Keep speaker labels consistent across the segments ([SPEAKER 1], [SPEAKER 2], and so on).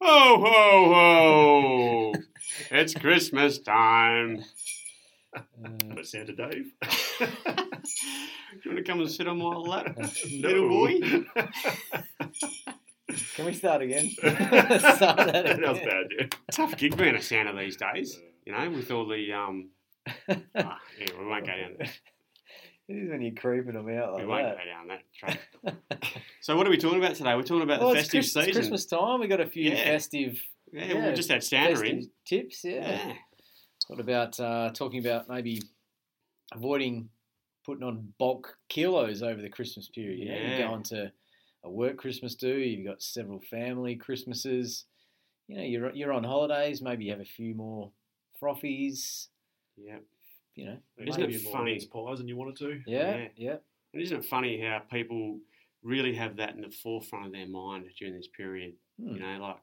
[SPEAKER 1] Ho ho ho! it's Christmas time.
[SPEAKER 2] Uh,
[SPEAKER 3] But Santa Dave.
[SPEAKER 1] You want to come and sit on my lap, little
[SPEAKER 3] No.
[SPEAKER 1] boy?
[SPEAKER 2] can we start again? Start that
[SPEAKER 3] that was
[SPEAKER 2] again.
[SPEAKER 3] bad, dude.
[SPEAKER 1] Tough gig being a Santa these days. You know, with all the um. ah, yeah, we won't go down.
[SPEAKER 2] It is when you're creeping them out
[SPEAKER 1] We
[SPEAKER 2] like
[SPEAKER 1] won't
[SPEAKER 2] that.
[SPEAKER 1] go down that track. so, what are we talking about today? We're talking about
[SPEAKER 2] Well,
[SPEAKER 1] the
[SPEAKER 2] it's,
[SPEAKER 1] festive
[SPEAKER 2] Christ-
[SPEAKER 1] season.
[SPEAKER 2] it's Christmas time. We got a few
[SPEAKER 1] Yeah.
[SPEAKER 2] festive,
[SPEAKER 1] Yeah,
[SPEAKER 2] Yeah,
[SPEAKER 1] we just had Santa
[SPEAKER 2] festive
[SPEAKER 1] in.
[SPEAKER 2] tips. yeah.
[SPEAKER 1] Yeah.
[SPEAKER 2] What about uh, talking about maybe avoiding putting on bulk kilos over the Christmas period? You know,
[SPEAKER 1] Yeah.
[SPEAKER 2] you go on to a work Christmas do, you've got several family Christmases. You know, you're you're on holidays. Maybe you have a few more frothies.
[SPEAKER 1] Yeah.
[SPEAKER 2] You know,
[SPEAKER 3] Isn't
[SPEAKER 1] Isn't
[SPEAKER 3] it
[SPEAKER 1] it
[SPEAKER 3] more
[SPEAKER 1] funny?
[SPEAKER 3] mince pies than you wanted to?
[SPEAKER 2] yeah,
[SPEAKER 1] Yeah.
[SPEAKER 2] yeah,
[SPEAKER 1] And isn't it funny how people really have that in the forefront of their mind during this period? You
[SPEAKER 2] Hmm.
[SPEAKER 1] know, like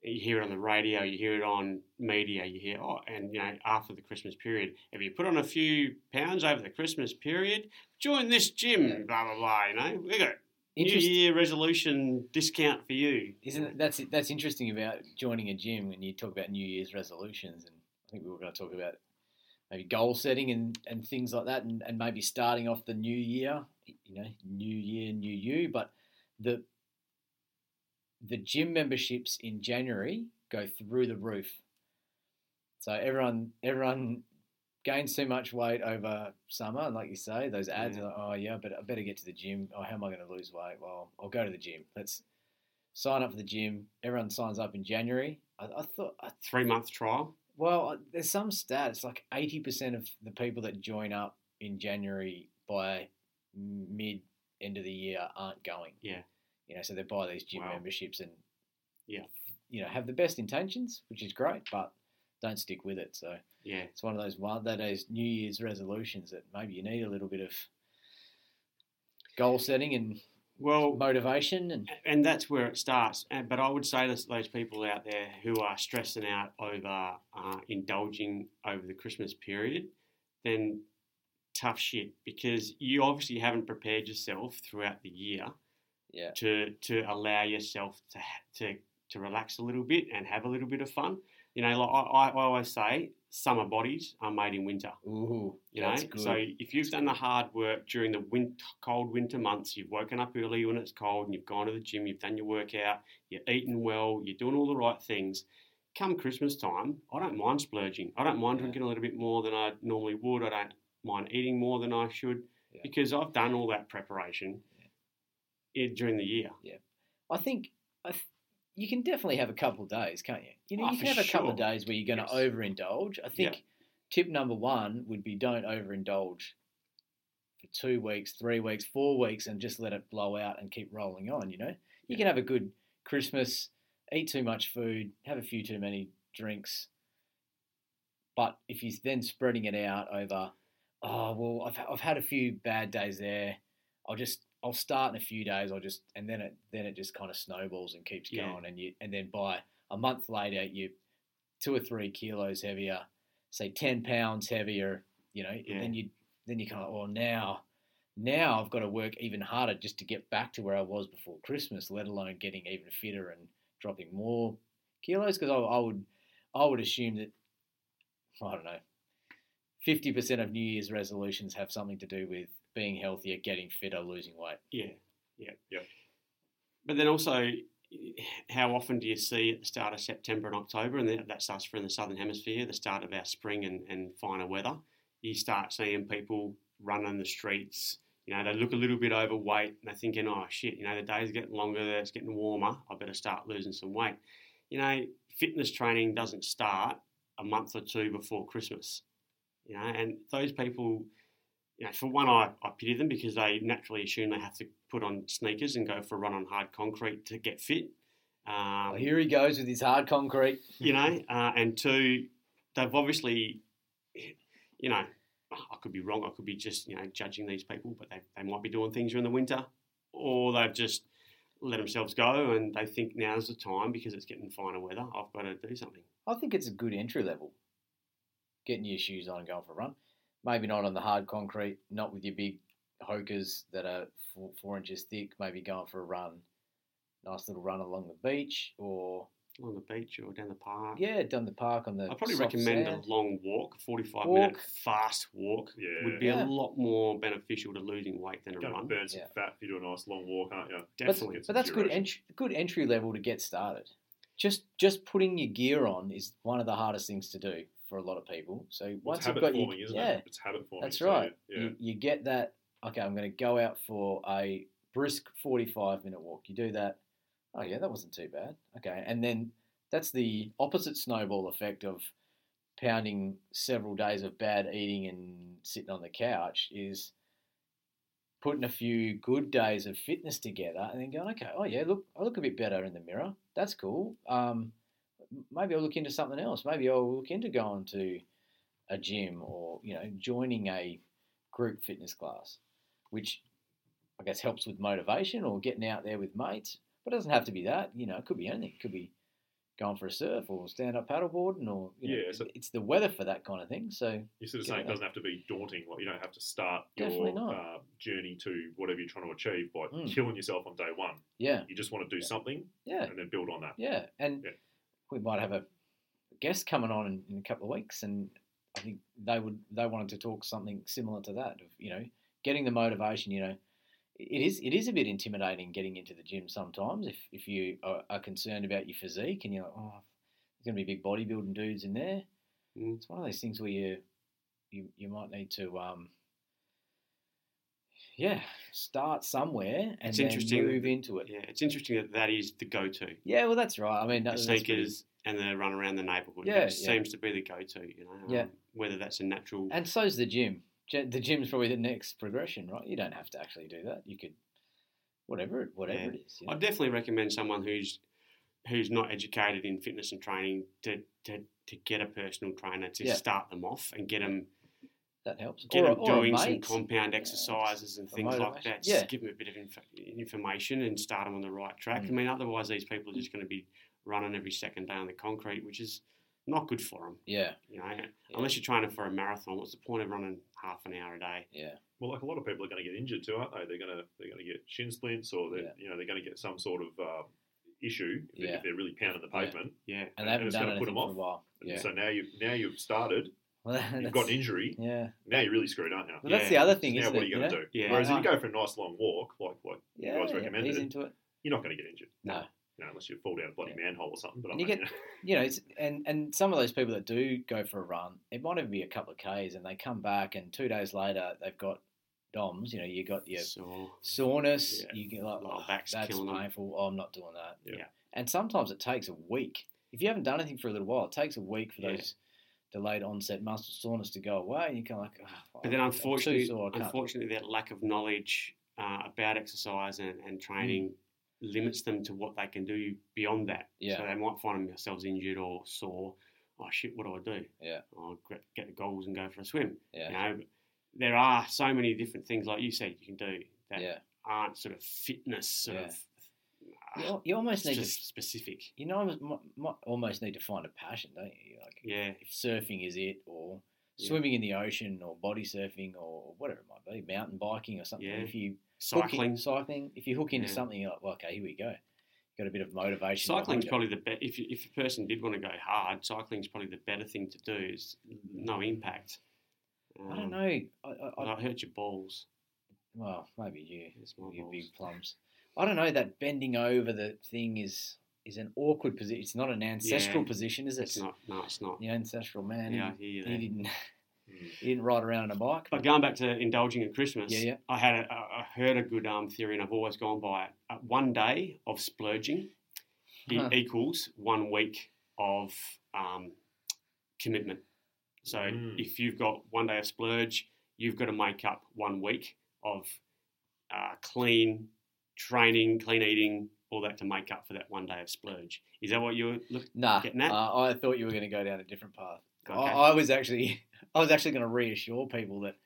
[SPEAKER 1] you hear it on the radio, you hear it on media, you hear, oh, and you know, after the Christmas period, if you put on a few pounds over the Christmas period, join this gym, blah blah blah. You know, we got New
[SPEAKER 2] Interest-
[SPEAKER 1] Year resolution discount for you.
[SPEAKER 2] Isn't it, that's that's interesting about joining a gym when you talk about New Year's resolutions, and I think we were going to talk about maybe goal setting and, and things like that, and, and maybe starting off the new year, you know, new year, new you. But the the gym memberships in January go through the roof, so everyone everyone gains too much weight over summer, and like you say, those ads
[SPEAKER 1] Yeah.
[SPEAKER 2] are like, oh yeah, but I better get to the gym. Oh, how am I going to lose weight? Well, I'll go to the gym. Let's sign up for the gym. Everyone signs up in January. I, I thought, I,
[SPEAKER 1] Three month trial.
[SPEAKER 2] well, I- there's some stats like 80% of the people that join up in January by mid end of the year aren't going.
[SPEAKER 1] Yeah.
[SPEAKER 2] You know, so they buy these gym
[SPEAKER 1] Wow.
[SPEAKER 2] memberships and,
[SPEAKER 1] Yeah.
[SPEAKER 2] you know, have the best intentions, which is great, but don't stick with it. So
[SPEAKER 1] Yeah,
[SPEAKER 2] it's one of those one that is New Year's resolutions that maybe you need a little bit of goal setting and
[SPEAKER 1] well,
[SPEAKER 2] motivation and
[SPEAKER 1] and that's where it starts. And, but I would say this, those people out there who are stressing out over uh, indulging over the Christmas period, then tough shit because you obviously haven't prepared yourself throughout the year
[SPEAKER 2] yeah.
[SPEAKER 1] to to allow yourself to ha- to to relax a little bit and have a little bit of fun. You know, like I, I always say, summer bodies are made in winter.
[SPEAKER 2] Ooh,
[SPEAKER 1] You know,
[SPEAKER 2] that's good.
[SPEAKER 1] so if you've done the hard work during the winter, cold winter months, you've woken up early when it's cold, and you've gone to the gym, you've done your workout, you're eating well, you're doing all the right things. Come Christmas time, I don't mind splurging. I don't mind
[SPEAKER 2] Yeah.
[SPEAKER 1] drinking a little bit more than I normally would. I don't mind eating more than I should
[SPEAKER 2] Yeah.
[SPEAKER 1] because I've done all that preparation i- during the year.
[SPEAKER 2] I think I th- you can definitely have a couple of days, can't you? You know,
[SPEAKER 1] Oh,
[SPEAKER 2] you
[SPEAKER 1] for
[SPEAKER 2] can have a couple of
[SPEAKER 1] sure.
[SPEAKER 2] days where you're going to
[SPEAKER 1] Yes.
[SPEAKER 2] overindulge. I
[SPEAKER 1] Yeah.
[SPEAKER 2] think tip number one would be don't overindulge for two weeks, three weeks, four weeks, and just let it blow out and keep rolling on. You know, you
[SPEAKER 1] Yeah.
[SPEAKER 2] can have a good Christmas, eat too much food, have a few too many drinks, but if you're then spreading it out over, oh well, I've I've had a few bad days there. I'll just I'll start in a few days. I'll just and then it then it just kind of snowballs and keeps
[SPEAKER 1] Yeah.
[SPEAKER 2] going. And you and then by a month later, you two or three kilos heavier, say ten pounds heavier. You know,
[SPEAKER 1] Yeah.
[SPEAKER 2] and then you then you kind of oh now. Now I've got to work even harder just to get back to where I was before Christmas, let alone getting even fitter and dropping more kilos. Because I, I would, I would assume that I don't know, fifty percent of New Year's resolutions have something to do with being healthier, getting fitter, losing weight.
[SPEAKER 1] Yeah, yeah,
[SPEAKER 3] Yeah.
[SPEAKER 1] But then also, how often do you see at the start of September and October, and that- that's us for in the southern hemisphere, the start of our spring and, and finer weather, you start seeing people running the streets. You know, they look a little bit overweight and they're thinking, oh shit, you know, the day's getting longer, it's getting warmer, I better start losing some weight. You know, fitness training doesn't start a month or two before Christmas. You know, and those people, you know, for one, I, I pity them because they naturally assume they have to put on sneakers and go for a run on hard concrete to get fit. Um,
[SPEAKER 2] Well, here he goes with his hard concrete.
[SPEAKER 1] you know,
[SPEAKER 2] Mm-hmm.
[SPEAKER 1] uh, and two, they've obviously, you know, I could be wrong. I could be just, you know, judging these people, but they, they might be doing things during the winter or they've just let themselves go and they think now's the time because it's getting finer weather. I've got to do something.
[SPEAKER 2] I think it's a good entry level. Getting your shoes on and going for a run. Maybe not on the hard concrete, not with your big hokers that are four, four inches thick. Maybe going for a run, nice little run along the beach, or
[SPEAKER 1] on the beach or down the park.
[SPEAKER 2] Yeah, down the park on the.
[SPEAKER 1] I probably
[SPEAKER 2] soft
[SPEAKER 1] recommend
[SPEAKER 2] sand.
[SPEAKER 1] a long walk, a forty-five minute
[SPEAKER 2] Walk.
[SPEAKER 1] fast walk.
[SPEAKER 3] Yeah.
[SPEAKER 1] Would be
[SPEAKER 2] Yeah.
[SPEAKER 1] a lot more beneficial to losing weight than a
[SPEAKER 3] You're going
[SPEAKER 1] run.
[SPEAKER 3] to burn some
[SPEAKER 2] Yeah.
[SPEAKER 3] fat if you do a nice long walk, aren't you?
[SPEAKER 1] Definitely.
[SPEAKER 3] Get some
[SPEAKER 2] But that's good
[SPEAKER 3] duration.
[SPEAKER 2] entry, good entry level to get started. Just just putting your gear on is one of the hardest things to do for a lot of people. So once
[SPEAKER 3] it's
[SPEAKER 2] you've
[SPEAKER 3] habit
[SPEAKER 2] got
[SPEAKER 3] forming,
[SPEAKER 2] your,
[SPEAKER 3] isn't
[SPEAKER 2] yeah,
[SPEAKER 3] it? It's habit forming.
[SPEAKER 2] That's
[SPEAKER 3] so,
[SPEAKER 2] right.
[SPEAKER 3] Yeah.
[SPEAKER 2] you, you get that. Okay, I'm going to go out for a brisk 45 minute walk. You do that. Oh yeah, that wasn't too bad. Okay, and then that's the opposite snowball effect of pounding several days of bad eating and sitting on the couch is putting a few good days of fitness together and then going, okay, oh yeah, look, I look a bit better in the mirror. That's cool. Um, m- maybe I'll look into something else. Maybe I'll look into going to a gym or you know joining a group fitness class, which I guess helps with motivation or getting out there with mates. But it doesn't have to be that. You know, it could be anything. It could be going for a surf or stand up paddleboarding or you know,
[SPEAKER 3] Yeah, so-
[SPEAKER 2] it's the weather for that kind of thing. So
[SPEAKER 3] You're sort of
[SPEAKER 2] Get
[SPEAKER 3] saying it
[SPEAKER 2] that.
[SPEAKER 3] doesn't have to be daunting. Like you don't have to start
[SPEAKER 2] Definitely
[SPEAKER 3] your
[SPEAKER 2] not.
[SPEAKER 3] uh, journey to whatever you're trying to achieve by
[SPEAKER 2] Mm.
[SPEAKER 3] killing yourself on day one.
[SPEAKER 2] yeah,
[SPEAKER 3] You just want to do
[SPEAKER 2] Yeah.
[SPEAKER 3] something
[SPEAKER 2] yeah.
[SPEAKER 3] and then build on that.
[SPEAKER 2] Yeah, and
[SPEAKER 3] Yeah.
[SPEAKER 2] we might have a guest coming on in, in a couple of weeks, and I think they would they wanted to talk something similar to that of you know getting the motivation. You know, it is it is a bit intimidating getting into the gym sometimes if if you are, are concerned about your physique and you're like, oh, there's going to be big bodybuilding dudes in there.
[SPEAKER 1] Mm.
[SPEAKER 2] It's one of those things where you you you might need to. um yeah, start somewhere and
[SPEAKER 1] It's
[SPEAKER 2] then
[SPEAKER 1] interesting that
[SPEAKER 2] move
[SPEAKER 1] the-
[SPEAKER 2] into it. Yeah.
[SPEAKER 1] Yeah, it's interesting that that is the go-to.
[SPEAKER 2] well, that's right. I mean,
[SPEAKER 1] the
[SPEAKER 2] that, that's pretty-
[SPEAKER 1] sneakers and the run around the neighbourhood.
[SPEAKER 2] Yeah,
[SPEAKER 1] Yeah,
[SPEAKER 2] yeah.
[SPEAKER 1] that seems to be the go-to. You know,
[SPEAKER 2] Yeah.
[SPEAKER 1] um, whether that's a natural.
[SPEAKER 2] And so's the gym. Ge- The gym's probably the next progression, right? You don't have to actually do that. You could, whatever, it- whatever
[SPEAKER 1] Yeah.
[SPEAKER 2] it is. you
[SPEAKER 1] I
[SPEAKER 2] know?
[SPEAKER 1] definitely recommend someone who's who's not educated in fitness and training to to, to get a personal trainer to
[SPEAKER 2] Yeah.
[SPEAKER 1] start them off and get them
[SPEAKER 2] that helps.
[SPEAKER 1] get
[SPEAKER 2] Or a-
[SPEAKER 1] them
[SPEAKER 2] or a
[SPEAKER 1] doing some
[SPEAKER 2] mate.
[SPEAKER 1] compound
[SPEAKER 2] Yeah,
[SPEAKER 1] exercises and
[SPEAKER 2] for
[SPEAKER 1] things like
[SPEAKER 2] motivation.
[SPEAKER 1] that. Just
[SPEAKER 2] Yeah.
[SPEAKER 1] give them a bit of inf- information and start them on the right track. I
[SPEAKER 2] Mm.
[SPEAKER 1] mean, otherwise these people are just going to be running every second day on the concrete, which is not good for them.
[SPEAKER 2] yeah,
[SPEAKER 1] You know, unless you're training for a marathon, what's the point of running half an hour a day?
[SPEAKER 2] yeah,
[SPEAKER 3] Well, like a lot of people are going to get injured too, aren't they? They're going to they're going to get shin splints or they are
[SPEAKER 2] Yeah.
[SPEAKER 3] you know they're going to get some sort of um, issue if, they,
[SPEAKER 2] Yeah.
[SPEAKER 3] if they're really pounding the
[SPEAKER 2] Yeah.
[SPEAKER 3] pavement.
[SPEAKER 1] Yeah,
[SPEAKER 2] and
[SPEAKER 3] And
[SPEAKER 2] they haven't
[SPEAKER 3] it's
[SPEAKER 2] done
[SPEAKER 3] gonna put
[SPEAKER 2] anything
[SPEAKER 3] them
[SPEAKER 2] for a
[SPEAKER 3] off.
[SPEAKER 2] while. Yeah,
[SPEAKER 3] So now you have now you've started,
[SPEAKER 2] well,
[SPEAKER 3] you've got
[SPEAKER 2] that's-
[SPEAKER 3] an injury.
[SPEAKER 2] Yeah,
[SPEAKER 3] Now you're really screwed, aren't you?
[SPEAKER 2] well, that's the
[SPEAKER 1] Yeah.
[SPEAKER 2] other thing,
[SPEAKER 3] now
[SPEAKER 2] isn't
[SPEAKER 3] what
[SPEAKER 2] it?
[SPEAKER 3] are you going to do?
[SPEAKER 1] Yeah.
[SPEAKER 3] Whereas if
[SPEAKER 2] Uh-huh.
[SPEAKER 3] you go for a nice long walk, like like
[SPEAKER 2] Yeah,
[SPEAKER 3] you guys
[SPEAKER 2] yeah,
[SPEAKER 3] recommended,
[SPEAKER 2] he's into it.
[SPEAKER 3] you're not going to get injured.
[SPEAKER 2] No,
[SPEAKER 3] you know, unless you fall down a bloody manhole or something. But I
[SPEAKER 2] And you
[SPEAKER 3] mean,
[SPEAKER 2] get-
[SPEAKER 3] you know,
[SPEAKER 2] you know, it's, and and some of those people that do go for a run, it might even be a couple of k's, and they come back, and two days later they've got DOMS. You know, you got your
[SPEAKER 1] So
[SPEAKER 2] soreness.
[SPEAKER 1] Yeah.
[SPEAKER 2] You get like,
[SPEAKER 1] Lower
[SPEAKER 2] "Oh,
[SPEAKER 1] back's
[SPEAKER 2] that's
[SPEAKER 1] killing 'em."
[SPEAKER 2] painful. Oh, I'm not doing that.
[SPEAKER 3] Yeah.
[SPEAKER 2] And sometimes it takes a week. If you haven't done anything for a little while, it takes a week for
[SPEAKER 1] Yeah.
[SPEAKER 2] those delayed onset muscle soreness to go away, and you kind of like, oh,
[SPEAKER 1] But then,
[SPEAKER 2] I'm too
[SPEAKER 1] unfortunately,
[SPEAKER 2] sore, I can't."
[SPEAKER 1] unfortunately, that lack of knowledge uh, about exercise and, and training limits them to what they can do beyond that. So
[SPEAKER 2] Mm. Yeah.
[SPEAKER 1] they might find themselves injured or sore. Oh shit! What do I do?
[SPEAKER 2] Yeah.
[SPEAKER 1] I'll gre- get the goggles and go for a swim.
[SPEAKER 2] yeah,
[SPEAKER 1] You know, but there are so many different things, like you said, you can do that
[SPEAKER 2] yeah.
[SPEAKER 1] aren't sort of fitness sort
[SPEAKER 2] Yeah.
[SPEAKER 1] of.
[SPEAKER 2] You,
[SPEAKER 1] ah,
[SPEAKER 2] al- you almost
[SPEAKER 1] it's
[SPEAKER 2] need
[SPEAKER 1] just
[SPEAKER 2] to,
[SPEAKER 1] specific.
[SPEAKER 2] you know, mo- mo- almost need to find a passion, don't you? Like,
[SPEAKER 1] Yeah.
[SPEAKER 2] if surfing is it, or
[SPEAKER 1] Yeah.
[SPEAKER 2] swimming in the ocean, or body surfing, or whatever it might be, mountain biking or something.
[SPEAKER 1] Yeah.
[SPEAKER 2] If you hook in-
[SPEAKER 1] Cycling.
[SPEAKER 2] cycling. If you hook into
[SPEAKER 1] Yeah.
[SPEAKER 2] something, you're like, well, okay, here we go. Got a bit of motivation.
[SPEAKER 1] Cycling's
[SPEAKER 2] behind it.
[SPEAKER 1] probably the best. If, you- if a person did want to go hard, cycling's probably the better thing to do. Is no impact.
[SPEAKER 2] I don't
[SPEAKER 1] Um,
[SPEAKER 2] know. I, I, I,
[SPEAKER 1] I'll hurt your balls.
[SPEAKER 2] well, maybe you.
[SPEAKER 1] It's my
[SPEAKER 2] You
[SPEAKER 1] balls.
[SPEAKER 2] big plums. I don't know. That bending over the thing is is an awkward position. It's not an ancestral
[SPEAKER 1] Yeah.
[SPEAKER 2] position, is it?
[SPEAKER 1] It's not. No, it's not.
[SPEAKER 2] The ancestral man.
[SPEAKER 1] Yeah, I
[SPEAKER 2] he-
[SPEAKER 1] hear you
[SPEAKER 2] He
[SPEAKER 1] there.
[SPEAKER 2] didn't.
[SPEAKER 3] Mm.
[SPEAKER 2] He didn't ride around on a bike.
[SPEAKER 1] But going back to indulging at Christmas,
[SPEAKER 2] Yeah, yeah.
[SPEAKER 1] I had a, I I heard a good um, theory, and I've always gone by it. Uh, one day of splurging e-
[SPEAKER 2] Huh.
[SPEAKER 1] equals one week of um, commitment. So
[SPEAKER 3] Mm.
[SPEAKER 1] if you've got one day of splurge, you've got to make up one week of uh, clean training, clean eating, all that to make up for that one day of splurge. Is that what you're looking?
[SPEAKER 2] Nah,
[SPEAKER 1] Getting that?
[SPEAKER 2] uh, I thought you were going to go down a different path.
[SPEAKER 1] Okay.
[SPEAKER 2] I, I was actually, I was actually going to reassure people that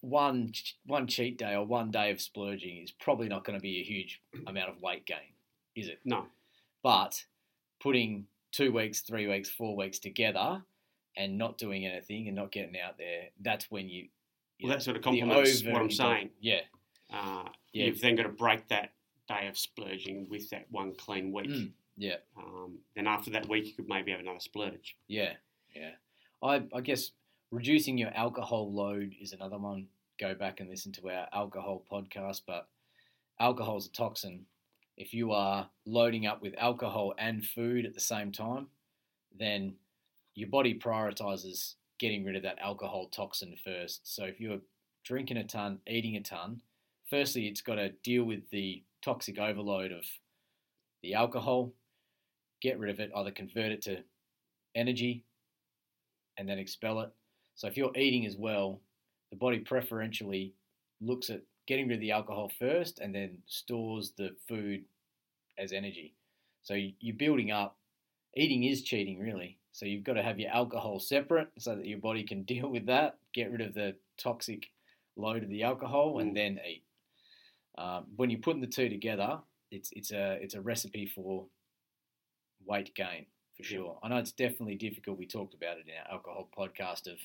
[SPEAKER 2] one ch- one cheat day or one day of splurging is probably not going to be a huge amount of weight gain, is it?
[SPEAKER 1] No.
[SPEAKER 2] But putting two weeks, three weeks, four weeks together and not doing anything and not getting out there, that's when you. you
[SPEAKER 1] Well, that sort of
[SPEAKER 2] the
[SPEAKER 1] complements what I'm
[SPEAKER 2] overindul-
[SPEAKER 1] saying.
[SPEAKER 2] Yeah,
[SPEAKER 1] Uh,
[SPEAKER 2] Yeah.
[SPEAKER 1] You've then got to break that day of splurging with that one clean week.
[SPEAKER 2] Mm. Yeah.
[SPEAKER 1] Um, then after that week, you could maybe have another splurge.
[SPEAKER 2] Yeah, yeah. I I guess reducing your alcohol load is another one. Go back and listen to our alcohol podcast, but alcohol's a toxin. If you are loading up with alcohol and food at the same time, then your body prioritizes getting rid of that alcohol toxin first. So if you're drinking a ton, eating a ton, firstly it's got to deal with the toxic overload of the alcohol, get rid of it, either convert it to energy and then expel it. So if you're eating as well, the body preferentially looks at getting rid of the alcohol first and then stores the food as energy. So you- you're building up. Eating is cheating, really. So you've got to have your alcohol separate so that your body can deal with that, get rid of the toxic load of the alcohol,
[SPEAKER 1] Mm.
[SPEAKER 2] and then eat. Um, when you're putting the two together, it's it's a it's a recipe for weight gain for sure. I know it's definitely difficult. We talked about it in our alcohol podcast of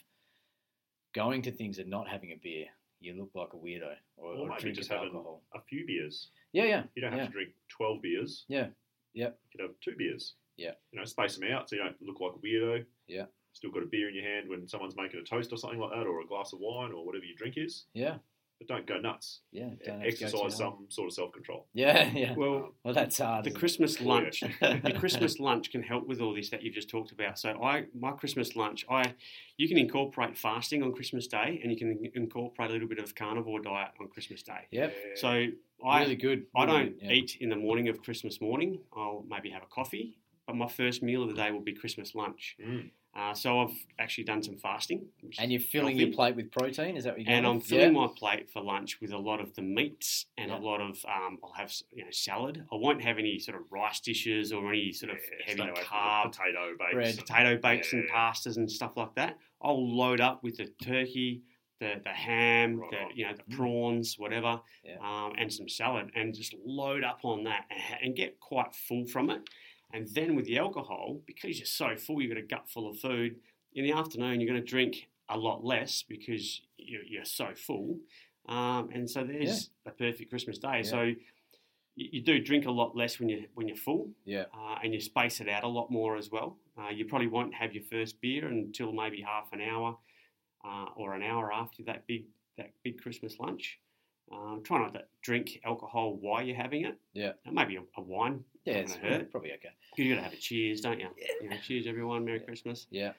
[SPEAKER 2] going to things and not having a beer. You look like a weirdo or,
[SPEAKER 3] Or
[SPEAKER 2] or
[SPEAKER 3] maybe
[SPEAKER 2] drinking
[SPEAKER 3] just having-
[SPEAKER 2] alcohol.
[SPEAKER 3] A few beers.
[SPEAKER 2] Yeah, yeah,
[SPEAKER 3] You don't have to drink twelve beers.
[SPEAKER 2] Yeah. Yep.
[SPEAKER 3] You could have two beers.
[SPEAKER 2] Yeah.
[SPEAKER 3] You know, space them out so you don't look like a weirdo.
[SPEAKER 2] Yeah.
[SPEAKER 3] Still got a beer in your hand when someone's making a toast or something like that, or a glass of wine or whatever your drink is.
[SPEAKER 2] yeah,
[SPEAKER 3] But don't go nuts.
[SPEAKER 2] yeah.
[SPEAKER 1] e-,
[SPEAKER 2] don't have to go too hard.
[SPEAKER 3] Exercise some sort of self control.
[SPEAKER 2] Yeah, yeah.
[SPEAKER 1] Well,
[SPEAKER 2] Well, that's hard.
[SPEAKER 1] the
[SPEAKER 2] isn't it?
[SPEAKER 1] Christmas lunch, the
[SPEAKER 2] yeah,
[SPEAKER 1] Christmas lunch can help with all this that you've just talked about. So I, my Christmas lunch, I, you can incorporate fasting on Christmas Day, and you can incorporate a little bit of carnivore diet on Christmas Day.
[SPEAKER 2] yep.
[SPEAKER 1] So I,
[SPEAKER 2] really good.
[SPEAKER 1] I
[SPEAKER 2] really
[SPEAKER 1] don't
[SPEAKER 2] good, yeah.
[SPEAKER 1] eat in the morning of Christmas morning. I'll maybe have a coffee, but my first meal of the day will be Christmas lunch.
[SPEAKER 3] Mm.
[SPEAKER 1] Uh, so I've actually done some fasting, which
[SPEAKER 2] And
[SPEAKER 1] is
[SPEAKER 2] you're filling
[SPEAKER 1] healthy.
[SPEAKER 2] your plate with protein. Is that what you're
[SPEAKER 1] and
[SPEAKER 2] going
[SPEAKER 1] I'm
[SPEAKER 2] with?
[SPEAKER 1] filling
[SPEAKER 2] yeah.
[SPEAKER 1] my plate for lunch with a lot of the meats and a
[SPEAKER 2] Yeah.
[SPEAKER 1] lot of um, I'll have you know salad. I won't have any sort of rice dishes or any sort of
[SPEAKER 3] Yeah,
[SPEAKER 1] heavy
[SPEAKER 3] stay away from
[SPEAKER 1] carb
[SPEAKER 3] potato bakes.
[SPEAKER 2] bread.
[SPEAKER 3] and-
[SPEAKER 1] potato bakes and
[SPEAKER 3] Yeah.
[SPEAKER 1] pastas and stuff like that. I'll load up with the turkey, the the ham,
[SPEAKER 3] Right
[SPEAKER 1] the
[SPEAKER 3] on.
[SPEAKER 1] you know the prawns, whatever,
[SPEAKER 2] Mm. Yeah.
[SPEAKER 1] um, and some salad, and just load up on that and, ha- and get quite full from it. And then with the alcohol, because you're so full, you've got a gut full of food. In the afternoon, you're going to drink a lot less because you're, you're so full. Um, and so there's a perfect Christmas day.
[SPEAKER 2] Yeah.
[SPEAKER 1] So you, you do drink a lot less when you when you're full
[SPEAKER 2] Yeah.
[SPEAKER 1] uh, and you space it out a lot more as well. Uh, you probably won't have your first beer until maybe half an hour uh, or an hour after that big that big Christmas lunch. Um, try not to drink alcohol while you're having it.
[SPEAKER 2] Yeah.
[SPEAKER 1] And maybe a, a wine.
[SPEAKER 2] Yeah,
[SPEAKER 1] Not
[SPEAKER 2] it's
[SPEAKER 1] gonna hurt.
[SPEAKER 2] probably okay.
[SPEAKER 1] You gotta have a cheers, don't you? You know, cheers, everyone. Merry Christmas.
[SPEAKER 2] Yeah.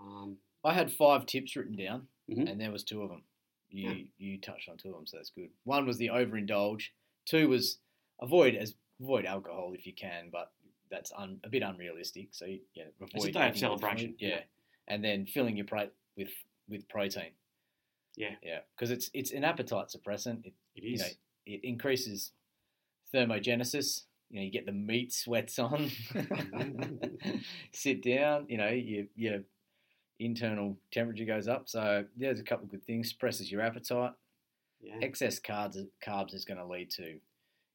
[SPEAKER 1] Um,
[SPEAKER 2] I had five tips written down,
[SPEAKER 1] Mhm.
[SPEAKER 2] and there was two of them. You
[SPEAKER 1] Yeah.
[SPEAKER 2] you touched on two of them, so that's good. One was the overindulge. Two was avoid as avoid alcohol if you can, but that's un, a bit unrealistic. So you- yeah, avoid
[SPEAKER 1] a day of
[SPEAKER 2] eating with
[SPEAKER 1] celebration,
[SPEAKER 2] food, Yeah.
[SPEAKER 1] yeah.
[SPEAKER 2] and then filling your plate with with protein.
[SPEAKER 1] Yeah.
[SPEAKER 2] yeah, because it's it's an appetite suppressant. It
[SPEAKER 1] it
[SPEAKER 2] you
[SPEAKER 1] is.
[SPEAKER 2] know it increases thermogenesis. You know, you get the meat sweats on. Sit down. You know, your your internal temperature goes up. So there's a couple of good things. Suppresses your appetite.
[SPEAKER 1] yeah.
[SPEAKER 2] Excess carbs carbs is going to lead to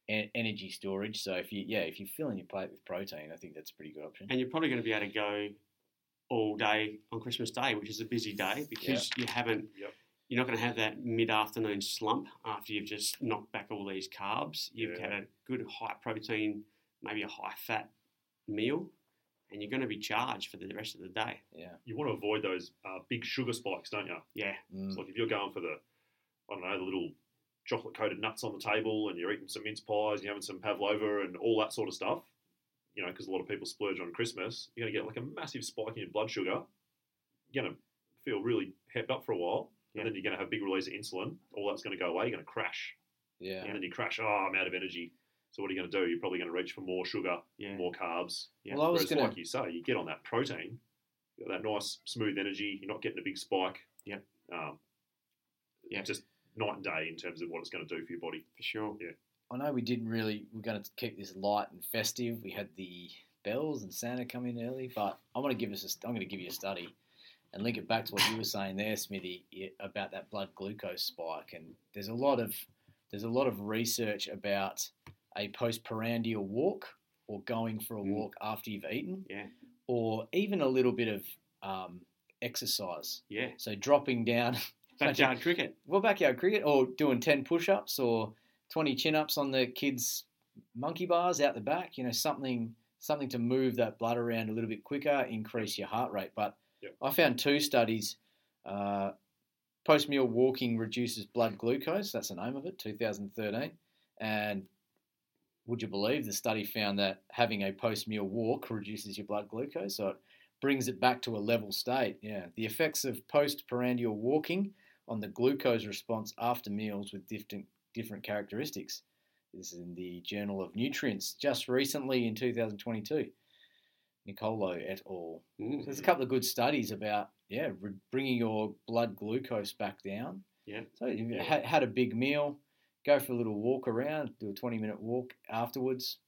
[SPEAKER 2] en- energy storage. So if you yeah, if you're filling your plate with protein, I think that's a pretty good option.
[SPEAKER 1] And you're probably going to be able to go all day on Christmas Day, which is a busy day because you haven't.
[SPEAKER 3] Yep.
[SPEAKER 1] You're not going to have that mid-afternoon slump after you've just knocked back all these carbs. You've
[SPEAKER 3] Yeah.
[SPEAKER 1] had a good high protein, maybe a high fat meal, and you're going to be charged for the rest of the day.
[SPEAKER 2] Yeah.
[SPEAKER 3] You want to avoid those uh, big sugar spikes, don't you?
[SPEAKER 1] Yeah,
[SPEAKER 2] Mm.
[SPEAKER 3] It's like if you're going for the, I don't know, the little chocolate coated nuts on the table and you're eating some mince pies, you're having some pavlova and all that sort of stuff, you know, because a lot of people splurge on Christmas, you're going to get like a massive spike in your blood sugar. You're going to feel really hepped up for a while.
[SPEAKER 1] Yeah.
[SPEAKER 3] And then you're going to have a big release of insulin. All that's going to go away. You're going to crash.
[SPEAKER 2] Yeah.
[SPEAKER 3] And then you crash. Oh, I'm out of energy. So what are you going to do? You're probably going to reach for more sugar,
[SPEAKER 1] yeah,
[SPEAKER 3] more carbs.
[SPEAKER 1] Yeah.
[SPEAKER 2] Well, I was
[SPEAKER 3] Whereas,
[SPEAKER 2] going to
[SPEAKER 3] like you say, you get on that protein, you got that nice smooth energy. You're not getting a big spike.
[SPEAKER 1] Yep.
[SPEAKER 3] Um,
[SPEAKER 1] Yeah.
[SPEAKER 3] Just night and day in terms of what it's going to do for your body.
[SPEAKER 1] for sure.
[SPEAKER 2] I know we didn't really. We're going to keep this light and festive. We had the bells and Santa come in early, but I want to give us. A, I'm going to give you a study, and link it back to what you were saying there, Smithy, i- about that blood glucose spike. And there's a lot of there's a lot of research about a postprandial walk or going for a
[SPEAKER 1] Mm.
[SPEAKER 2] walk after you've eaten,
[SPEAKER 1] Yeah.
[SPEAKER 2] or even a little bit of um, exercise.
[SPEAKER 1] Yeah,
[SPEAKER 2] So dropping down
[SPEAKER 1] backyard cricket.
[SPEAKER 2] well, backyard cricket or doing 10 push ups or 20 chin ups on the kids' monkey bars out the back, you know, something something to move that blood around a little bit quicker, increase your heart rate. But
[SPEAKER 3] Yep.
[SPEAKER 2] I found two studies. Uh, Post meal walking reduces blood glucose. That's the name of it, 2013. And would you believe the study found that having a post meal walk reduces your blood glucose? So it brings it back to a level state. Yeah. The effects of post prandial walking on the glucose response after meals with different, different characteristics. This is in the Journal of Nutrients, just recently in 2022. Nicolo et al.
[SPEAKER 1] Mm.
[SPEAKER 2] So there's a couple of good studies about yeah re- bringing your blood glucose back down.
[SPEAKER 1] Yeah.
[SPEAKER 2] So you
[SPEAKER 1] Yeah.
[SPEAKER 2] ha- had a big meal, go for a little walk around, do a 20 minute walk afterwards.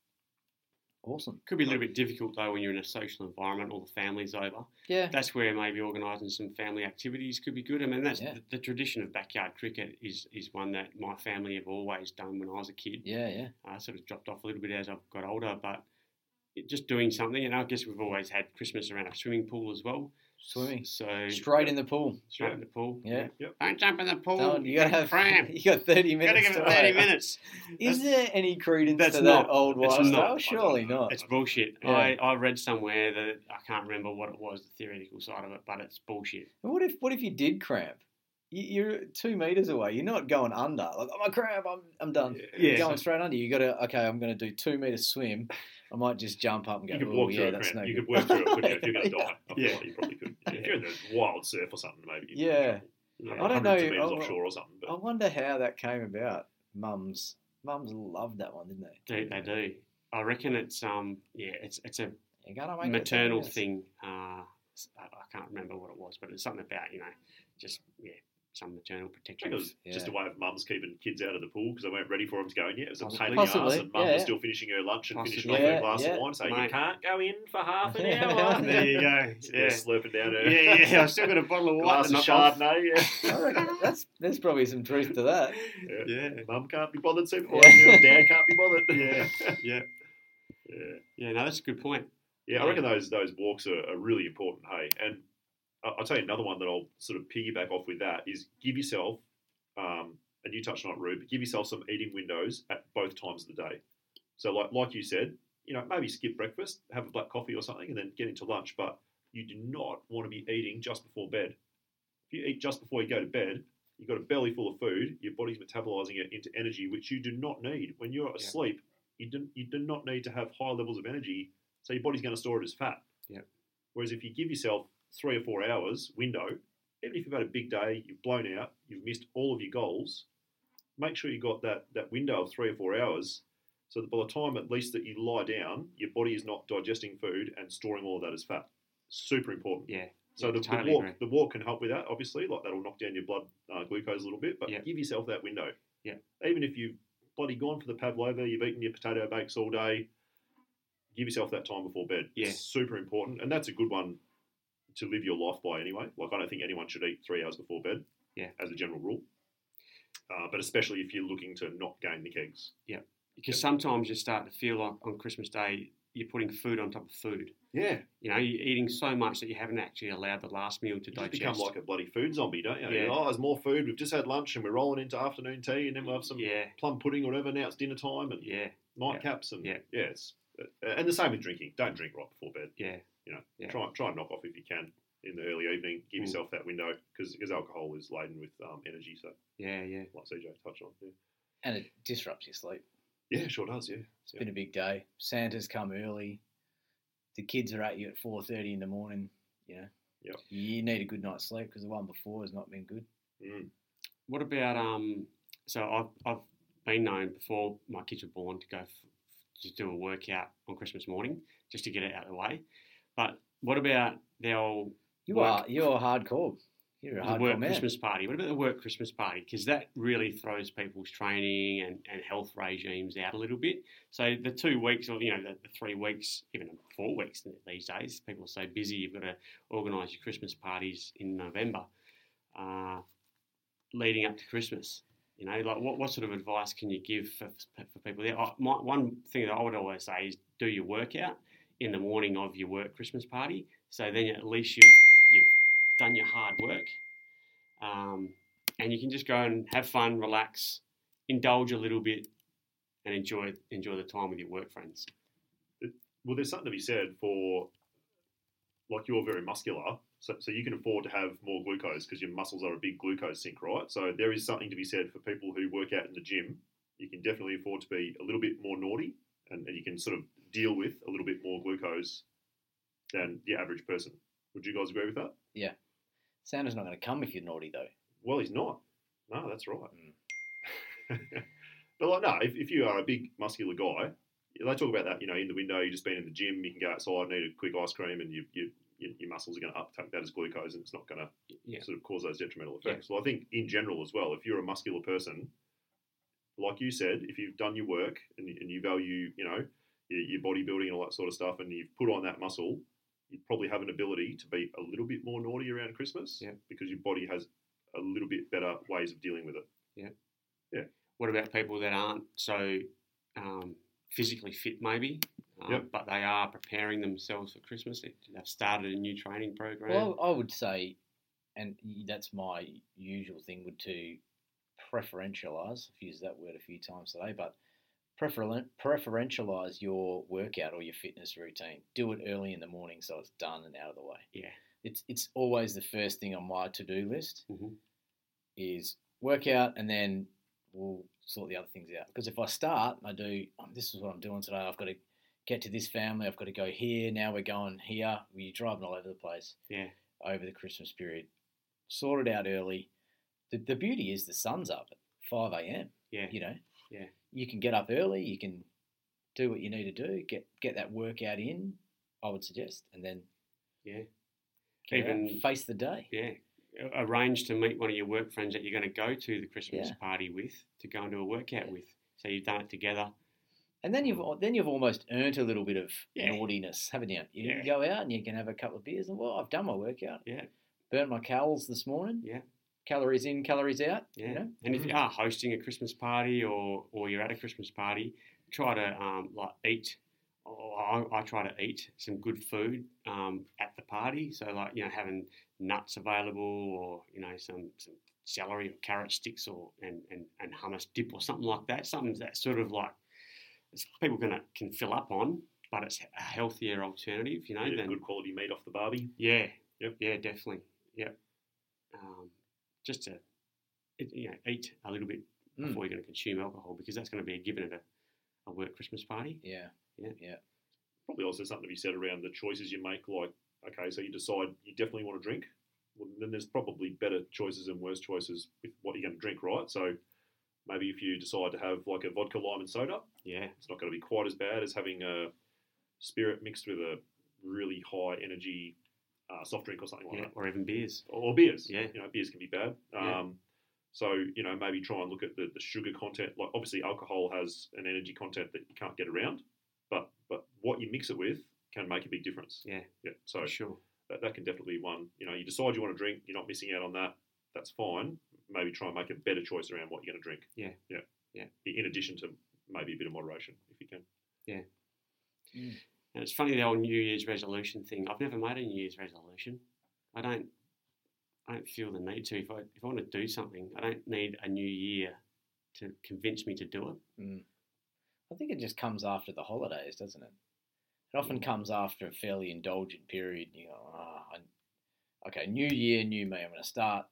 [SPEAKER 2] Awesome.
[SPEAKER 1] Could be a little bit difficult though when you're in a social environment, all the family's over.
[SPEAKER 2] Yeah.
[SPEAKER 1] That's where maybe organising some family activities could be good. I mean, that's
[SPEAKER 2] Yeah.
[SPEAKER 1] the, the tradition of backyard cricket is is one that my family have always done when I was a kid.
[SPEAKER 2] Yeah, yeah.
[SPEAKER 1] I sort of dropped off a little bit as I've got older, but it- just doing something. And I guess we've always had Christmas around a swimming pool as well.
[SPEAKER 2] Swimming.
[SPEAKER 1] So
[SPEAKER 2] Straight in the pool.
[SPEAKER 1] straight in the pool.
[SPEAKER 2] Yeah.
[SPEAKER 1] Don't jump in the pool.
[SPEAKER 2] Don't- you gotta have
[SPEAKER 1] Oh, cramp.
[SPEAKER 2] you got 30
[SPEAKER 1] You gotta
[SPEAKER 2] minutes.
[SPEAKER 1] give it
[SPEAKER 2] to
[SPEAKER 1] thirty
[SPEAKER 2] wait.
[SPEAKER 1] minutes.
[SPEAKER 2] Is there any credence
[SPEAKER 1] That's
[SPEAKER 2] to
[SPEAKER 1] not-
[SPEAKER 2] that old
[SPEAKER 1] it's
[SPEAKER 2] lifestyle?
[SPEAKER 1] not. I don't
[SPEAKER 2] Surely
[SPEAKER 3] know.
[SPEAKER 2] not.
[SPEAKER 1] It's bullshit.
[SPEAKER 2] Yeah.
[SPEAKER 1] I, I read somewhere that I can't remember what it was, the theoretical side of it, but it's bullshit.
[SPEAKER 2] And What if what if you did cramp? You- You're two meters away. You're not going under. Like I'm a cramp. I'm I'm done.
[SPEAKER 1] Yeah.
[SPEAKER 2] You're going straight under. You got to okay. I'm going to do two meter swim. I might just jump up and go.
[SPEAKER 3] You could
[SPEAKER 2] "Ooh,
[SPEAKER 3] walk
[SPEAKER 2] yeah,
[SPEAKER 3] through it,
[SPEAKER 2] that's no
[SPEAKER 3] Grant. you
[SPEAKER 2] good."
[SPEAKER 3] could work through it, couldn't you? If you're going to
[SPEAKER 2] Yeah.
[SPEAKER 3] die, I feel
[SPEAKER 1] Yeah.
[SPEAKER 3] like you probably could. If you're in the wild surf or something, maybe. you'd be in
[SPEAKER 2] Yeah.
[SPEAKER 3] trouble.
[SPEAKER 1] I
[SPEAKER 2] don't
[SPEAKER 3] Hundreds
[SPEAKER 2] know,
[SPEAKER 3] of meters
[SPEAKER 2] I-
[SPEAKER 3] offshore or something.
[SPEAKER 2] I
[SPEAKER 3] But
[SPEAKER 2] wonder how that came about. Mums, mums loved that one, didn't they?
[SPEAKER 1] They, they do. I reckon it's um yeah, it's it's a
[SPEAKER 2] You gotta make it
[SPEAKER 1] maternal
[SPEAKER 2] thirty
[SPEAKER 1] thing. Uh, s- I, I can't remember what it was, but it's something about you know just yeah some maternal
[SPEAKER 3] I think it
[SPEAKER 1] protection.
[SPEAKER 3] was just a
[SPEAKER 2] Yeah.
[SPEAKER 3] way of mums keeping kids out of the pool because they weren't ready for them to go in yet. It was a pain in the ass,
[SPEAKER 2] Possibly,
[SPEAKER 3] and mum
[SPEAKER 2] yeah.
[SPEAKER 3] was still finishing her lunch and finishing
[SPEAKER 1] Possibly.
[SPEAKER 3] off her
[SPEAKER 2] Yeah,
[SPEAKER 3] glass
[SPEAKER 2] yeah.
[SPEAKER 3] of wine, saying you
[SPEAKER 1] Mate.
[SPEAKER 3] can't go in for half an hour.
[SPEAKER 2] Yeah.
[SPEAKER 1] There you go.
[SPEAKER 3] yeah.
[SPEAKER 1] Yeah.
[SPEAKER 3] slurping down her
[SPEAKER 1] Yeah, yeah, I've still got a bottle of wine.
[SPEAKER 3] glass
[SPEAKER 1] to
[SPEAKER 3] of
[SPEAKER 1] knock off.
[SPEAKER 3] Chardonnay. Yeah.
[SPEAKER 2] minutes. I reckon that's there's probably some truth to that.
[SPEAKER 1] Yeah,
[SPEAKER 3] Mum can't be bothered
[SPEAKER 2] Yeah.
[SPEAKER 3] supervising her, Dad can't be bothered.
[SPEAKER 1] Yeah. yeah,
[SPEAKER 3] yeah.
[SPEAKER 1] yeah. No, that's a good point.
[SPEAKER 3] Yeah,
[SPEAKER 1] Yeah.
[SPEAKER 3] I reckon those those walks are, are really important. Hey, and I- I'll tell you another one that I'll sort of piggyback off with that is give yourself, um, and you touched on it, Rube, give yourself some eating windows at both times of the day. So, like like you said, you know, maybe skip breakfast, have a black coffee or something, and then get into lunch. But you do not want to be eating just before bed. If you eat just before you go to bed, you've got a belly full of food. Your body's metabolizing it into energy, which you do not need when you're
[SPEAKER 1] Yeah.
[SPEAKER 3] asleep. You do, you do not need to have high levels of energy, so your body's going to store it as fat.
[SPEAKER 1] Yep.
[SPEAKER 3] Whereas if you give yourself three or four hours window, even if you've had a big day, you've blown out, you've missed all of your goals, make sure you got that that window of three or four hours, so that by the time at least that you lie down, your body is not digesting food and storing all of that as fat. Super important.
[SPEAKER 1] Yeah,
[SPEAKER 3] So
[SPEAKER 1] Yeah,
[SPEAKER 3] the,
[SPEAKER 1] totally
[SPEAKER 3] the walk,
[SPEAKER 1] agree.
[SPEAKER 3] the walk can help with that. Obviously, like that'll knock down your blood uh, glucose a little bit, but
[SPEAKER 1] Yeah.
[SPEAKER 3] give yourself that window.
[SPEAKER 1] Yeah.
[SPEAKER 3] Even if you've bloody gone for the pavlova, you've eaten your potato bakes all day, give yourself that time before bed.
[SPEAKER 1] Yeah.
[SPEAKER 3] It's super important, and that's a good one to live your life by anyway. Like I don't think anyone should eat three hours before bed.
[SPEAKER 1] Yeah.
[SPEAKER 3] As a general rule. Uh, but especially if you're looking to not gain the kegs.
[SPEAKER 1] because sometimes you start to feel like on Christmas Day you're putting food on top of food.
[SPEAKER 3] Yeah.
[SPEAKER 1] You know, you're eating so much that you haven't actually allowed the last meal to
[SPEAKER 3] You just
[SPEAKER 1] digest.
[SPEAKER 3] become like a bloody food zombie, don't you? You
[SPEAKER 1] Yeah.
[SPEAKER 3] know, Oh, there's more food. We've just had lunch and we're rolling into afternoon tea and then we'll have some
[SPEAKER 1] yeah,
[SPEAKER 3] plum pudding or whatever. Now it's dinner time and
[SPEAKER 1] yeah,
[SPEAKER 3] nightcaps and
[SPEAKER 1] Yeah.
[SPEAKER 3] yeah, it's, uh, and the same with drinking. Don't drink right before bed.
[SPEAKER 1] yeah,
[SPEAKER 3] You know,
[SPEAKER 1] Yeah.
[SPEAKER 3] try try and knock off if you can in the early evening. Give
[SPEAKER 1] Mm.
[SPEAKER 3] yourself that window because alcohol is laden with um, energy. So
[SPEAKER 1] yeah, yeah.
[SPEAKER 3] like CJ touched on, yeah,
[SPEAKER 2] And it disrupts your sleep.
[SPEAKER 3] yeah, sure does. Yeah,
[SPEAKER 2] It's been a big day. Santa's come early. The kids are at you at four thirty in the morning. You know,
[SPEAKER 3] Yep.
[SPEAKER 2] you need a good night's sleep because the one before has not been good.
[SPEAKER 3] mm.
[SPEAKER 1] What about um? So I've I've been known before my kids were born to go f- to do a workout on Christmas morning just to get it out of the way. But what about the old
[SPEAKER 2] You
[SPEAKER 1] Work-
[SPEAKER 2] are you're hardcore. You're a
[SPEAKER 1] the
[SPEAKER 2] hardcore
[SPEAKER 1] work
[SPEAKER 2] man.
[SPEAKER 1] Christmas party? What about the work Christmas party? Because that really throws people's training and, and health regimes out a little bit. So the two weeks or you know the, the three weeks, even four weeks these days, people are so busy. You've got to organise your Christmas parties in November, uh, leading up to Christmas. You know, like what, what sort of advice can you give for, for people there? I, my, one thing that I would always say is do your workout in the morning of your work Christmas party. So then at least you've you've done your hard work, um, and you can just go and have fun, relax, indulge a little bit, and enjoy enjoy the time with your work friends.
[SPEAKER 3] well, there's something to be said for like you're very muscular, so, so you can afford to have more glucose because your muscles are a big glucose sink, right? So there is something to be said for people who work out in the gym. You can definitely afford to be a little bit more naughty, and, and you can sort of deal with a little bit more glucose than the average person. Would you guys agree with that?
[SPEAKER 2] Santa's not going to come if you're naughty though.
[SPEAKER 3] Well, he's not. No, that's right.
[SPEAKER 1] Hmm.
[SPEAKER 3] but like, no, if, if you are a big muscular guy, they talk about that. You know, in the window, you've just been in the gym. You can go outside and eat a quick ice cream, and you, you, your your muscles are going to uptake that as glucose, and it's not going to
[SPEAKER 1] Yeah.
[SPEAKER 3] sort of cause those detrimental effects. Well, I think in general as well, if you're a muscular person, like you said, if you've done your work and, you- and you value, you know, your, your bodybuilding and all that sort of stuff, and you've put on that muscle, you probably have an ability to be a little bit more naughty around Christmas
[SPEAKER 1] Yeah.
[SPEAKER 3] because your body has a little bit better ways of dealing with it.
[SPEAKER 1] What about people that aren't so um, physically fit, maybe, um,
[SPEAKER 3] Yep.
[SPEAKER 1] but they are preparing themselves for Christmas? They- They've started a new training program.
[SPEAKER 2] Well, I would say, and that's my usual thing, would to preferentialize. I've used that word a few times today, but preferen- preferentialize your workout or your fitness routine. Do it early in the morning so it's done and out of the way.
[SPEAKER 1] Yeah.
[SPEAKER 2] it's it's always the first thing on my to do list
[SPEAKER 1] Mhm.
[SPEAKER 2] is workout, and then we'll sort the other things out. Because if I start, and I do oh, this is what I'm doing today. I've got to get to this family. I've got to go here. Now we're going here. We're driving all over the place
[SPEAKER 1] yeah,
[SPEAKER 2] over the Christmas period. Sort it out early. The, the beauty is the sun's up at 5 a.m.
[SPEAKER 1] yeah,
[SPEAKER 2] You know,
[SPEAKER 1] Yeah.
[SPEAKER 2] you can get up early. You can do what you need to do. Get get that workout in. I would suggest, and then
[SPEAKER 1] yeah,
[SPEAKER 2] get out,
[SPEAKER 1] Even-
[SPEAKER 2] face the day.
[SPEAKER 1] yeah. A- Arrange to meet one of your work friends that you're going to go to the Christmas
[SPEAKER 2] Yeah.
[SPEAKER 1] party with to go and do a workout with. So you've done it together.
[SPEAKER 2] And then you've then you've almost earned a little bit of
[SPEAKER 1] Yeah.
[SPEAKER 2] naughtiness, haven't you? You
[SPEAKER 1] Yeah.
[SPEAKER 2] go out and you can have a couple of beers, and well, I've done my workout.
[SPEAKER 1] Yeah.
[SPEAKER 2] burnt my calories this morning.
[SPEAKER 1] Yeah.
[SPEAKER 2] calories in, calories out.
[SPEAKER 1] Yeah.
[SPEAKER 2] you know? Mm.
[SPEAKER 1] And if you are hosting a Christmas party or, or you're at a Christmas party, try to um, like eat. Oh, I, I try to eat some good food um, at the party. So like you know having nuts available or you know some some celery or carrot sticks or and, and, and hummus dip or something like that. Something that sort of like it's- people can can fill up on, but it's a healthier alternative. You know
[SPEAKER 3] Eat a
[SPEAKER 1] than
[SPEAKER 3] good quality meat off the barbie.
[SPEAKER 1] yeah.
[SPEAKER 3] Yep.
[SPEAKER 1] Yeah, definitely. Yep. Um, just to it- you know, eat a little bit
[SPEAKER 2] Mm.
[SPEAKER 1] before you're going to consume alcohol because that's going to be a given at a, a work Christmas party.
[SPEAKER 2] yeah,
[SPEAKER 3] probably also something to be said around the choices you make. Like, okay, so you decide you definitely want to drink. Well, then there's probably better choices and worse choices with what you're going to drink, right? So maybe if you decide to have like a vodka lime and soda,
[SPEAKER 1] Yeah.
[SPEAKER 3] it's not going to be quite as bad as having a spirit mixed with a really high energy uh, soft drink or something like
[SPEAKER 1] yeah.
[SPEAKER 3] that,
[SPEAKER 1] Or even beers.
[SPEAKER 3] or, or beers.
[SPEAKER 1] Yeah.
[SPEAKER 3] you know, beers can be bad.
[SPEAKER 1] Yeah.
[SPEAKER 3] Um, so you know, maybe try and look at the, the sugar content. Like obviously, alcohol has an energy content that you can't get around, but but what you mix it with can make a big difference.
[SPEAKER 1] Yeah.
[SPEAKER 3] Yeah, so
[SPEAKER 1] For sure.
[SPEAKER 3] that, that can definitely be one. You know, you decide you want to drink, you're not missing out on that. That's fine. Maybe try and make a better choice around what you're going to drink.
[SPEAKER 1] Yeah.
[SPEAKER 3] yeah,
[SPEAKER 1] Yeah.
[SPEAKER 3] In addition to maybe a bit of moderation if you can.
[SPEAKER 1] And it's funny the old New Year's resolution thing. I've never made a New Year's resolution. I don't. I don't feel the need to. If I if I want to do something, I don't need a new year to convince me to do it.
[SPEAKER 2] I think it just comes after the holidays, doesn't it? It
[SPEAKER 1] Mm.
[SPEAKER 2] often comes after a fairly indulgent period. You go, ah, I- okay, New Year, new me. I'm going to start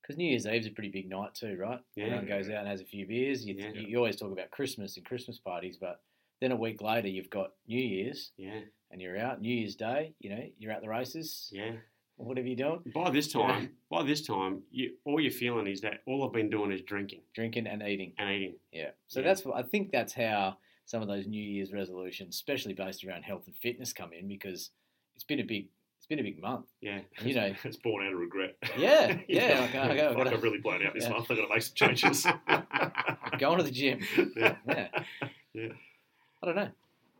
[SPEAKER 2] because New Year's Eve's a pretty big night too, right?
[SPEAKER 1] Yeah.
[SPEAKER 2] Everyone goes out and has a few beers. You,
[SPEAKER 1] Yeah.
[SPEAKER 2] you, you always talk about Christmas and Christmas parties, but then a week later you've got New Year's
[SPEAKER 1] Yeah.
[SPEAKER 2] and you're out New Year's Day. You know, you're at the races.
[SPEAKER 1] Yeah.
[SPEAKER 2] Whatever you're doing,
[SPEAKER 1] By this
[SPEAKER 2] Yeah.
[SPEAKER 1] time, by this time, you, all you're feeling is that all I've been doing is drinking
[SPEAKER 2] drinking and eating.
[SPEAKER 1] and eating.
[SPEAKER 2] Yeah. So
[SPEAKER 1] Yeah.
[SPEAKER 2] that's what I think that's how some of those New Year's resolutions, especially based around health and fitness, come in because it's been a big it's been a big month.
[SPEAKER 1] Yeah,
[SPEAKER 2] And, you know,
[SPEAKER 3] it's born out of regret.
[SPEAKER 2] Yeah, yeah, okay, okay, I've
[SPEAKER 3] Fuck,
[SPEAKER 2] gotta-
[SPEAKER 3] I've really blown out this
[SPEAKER 2] yeah.
[SPEAKER 3] month. I've got to make some changes.
[SPEAKER 2] going to the gym.
[SPEAKER 3] Yeah.
[SPEAKER 2] Yeah.
[SPEAKER 3] Yeah.
[SPEAKER 2] I don't know.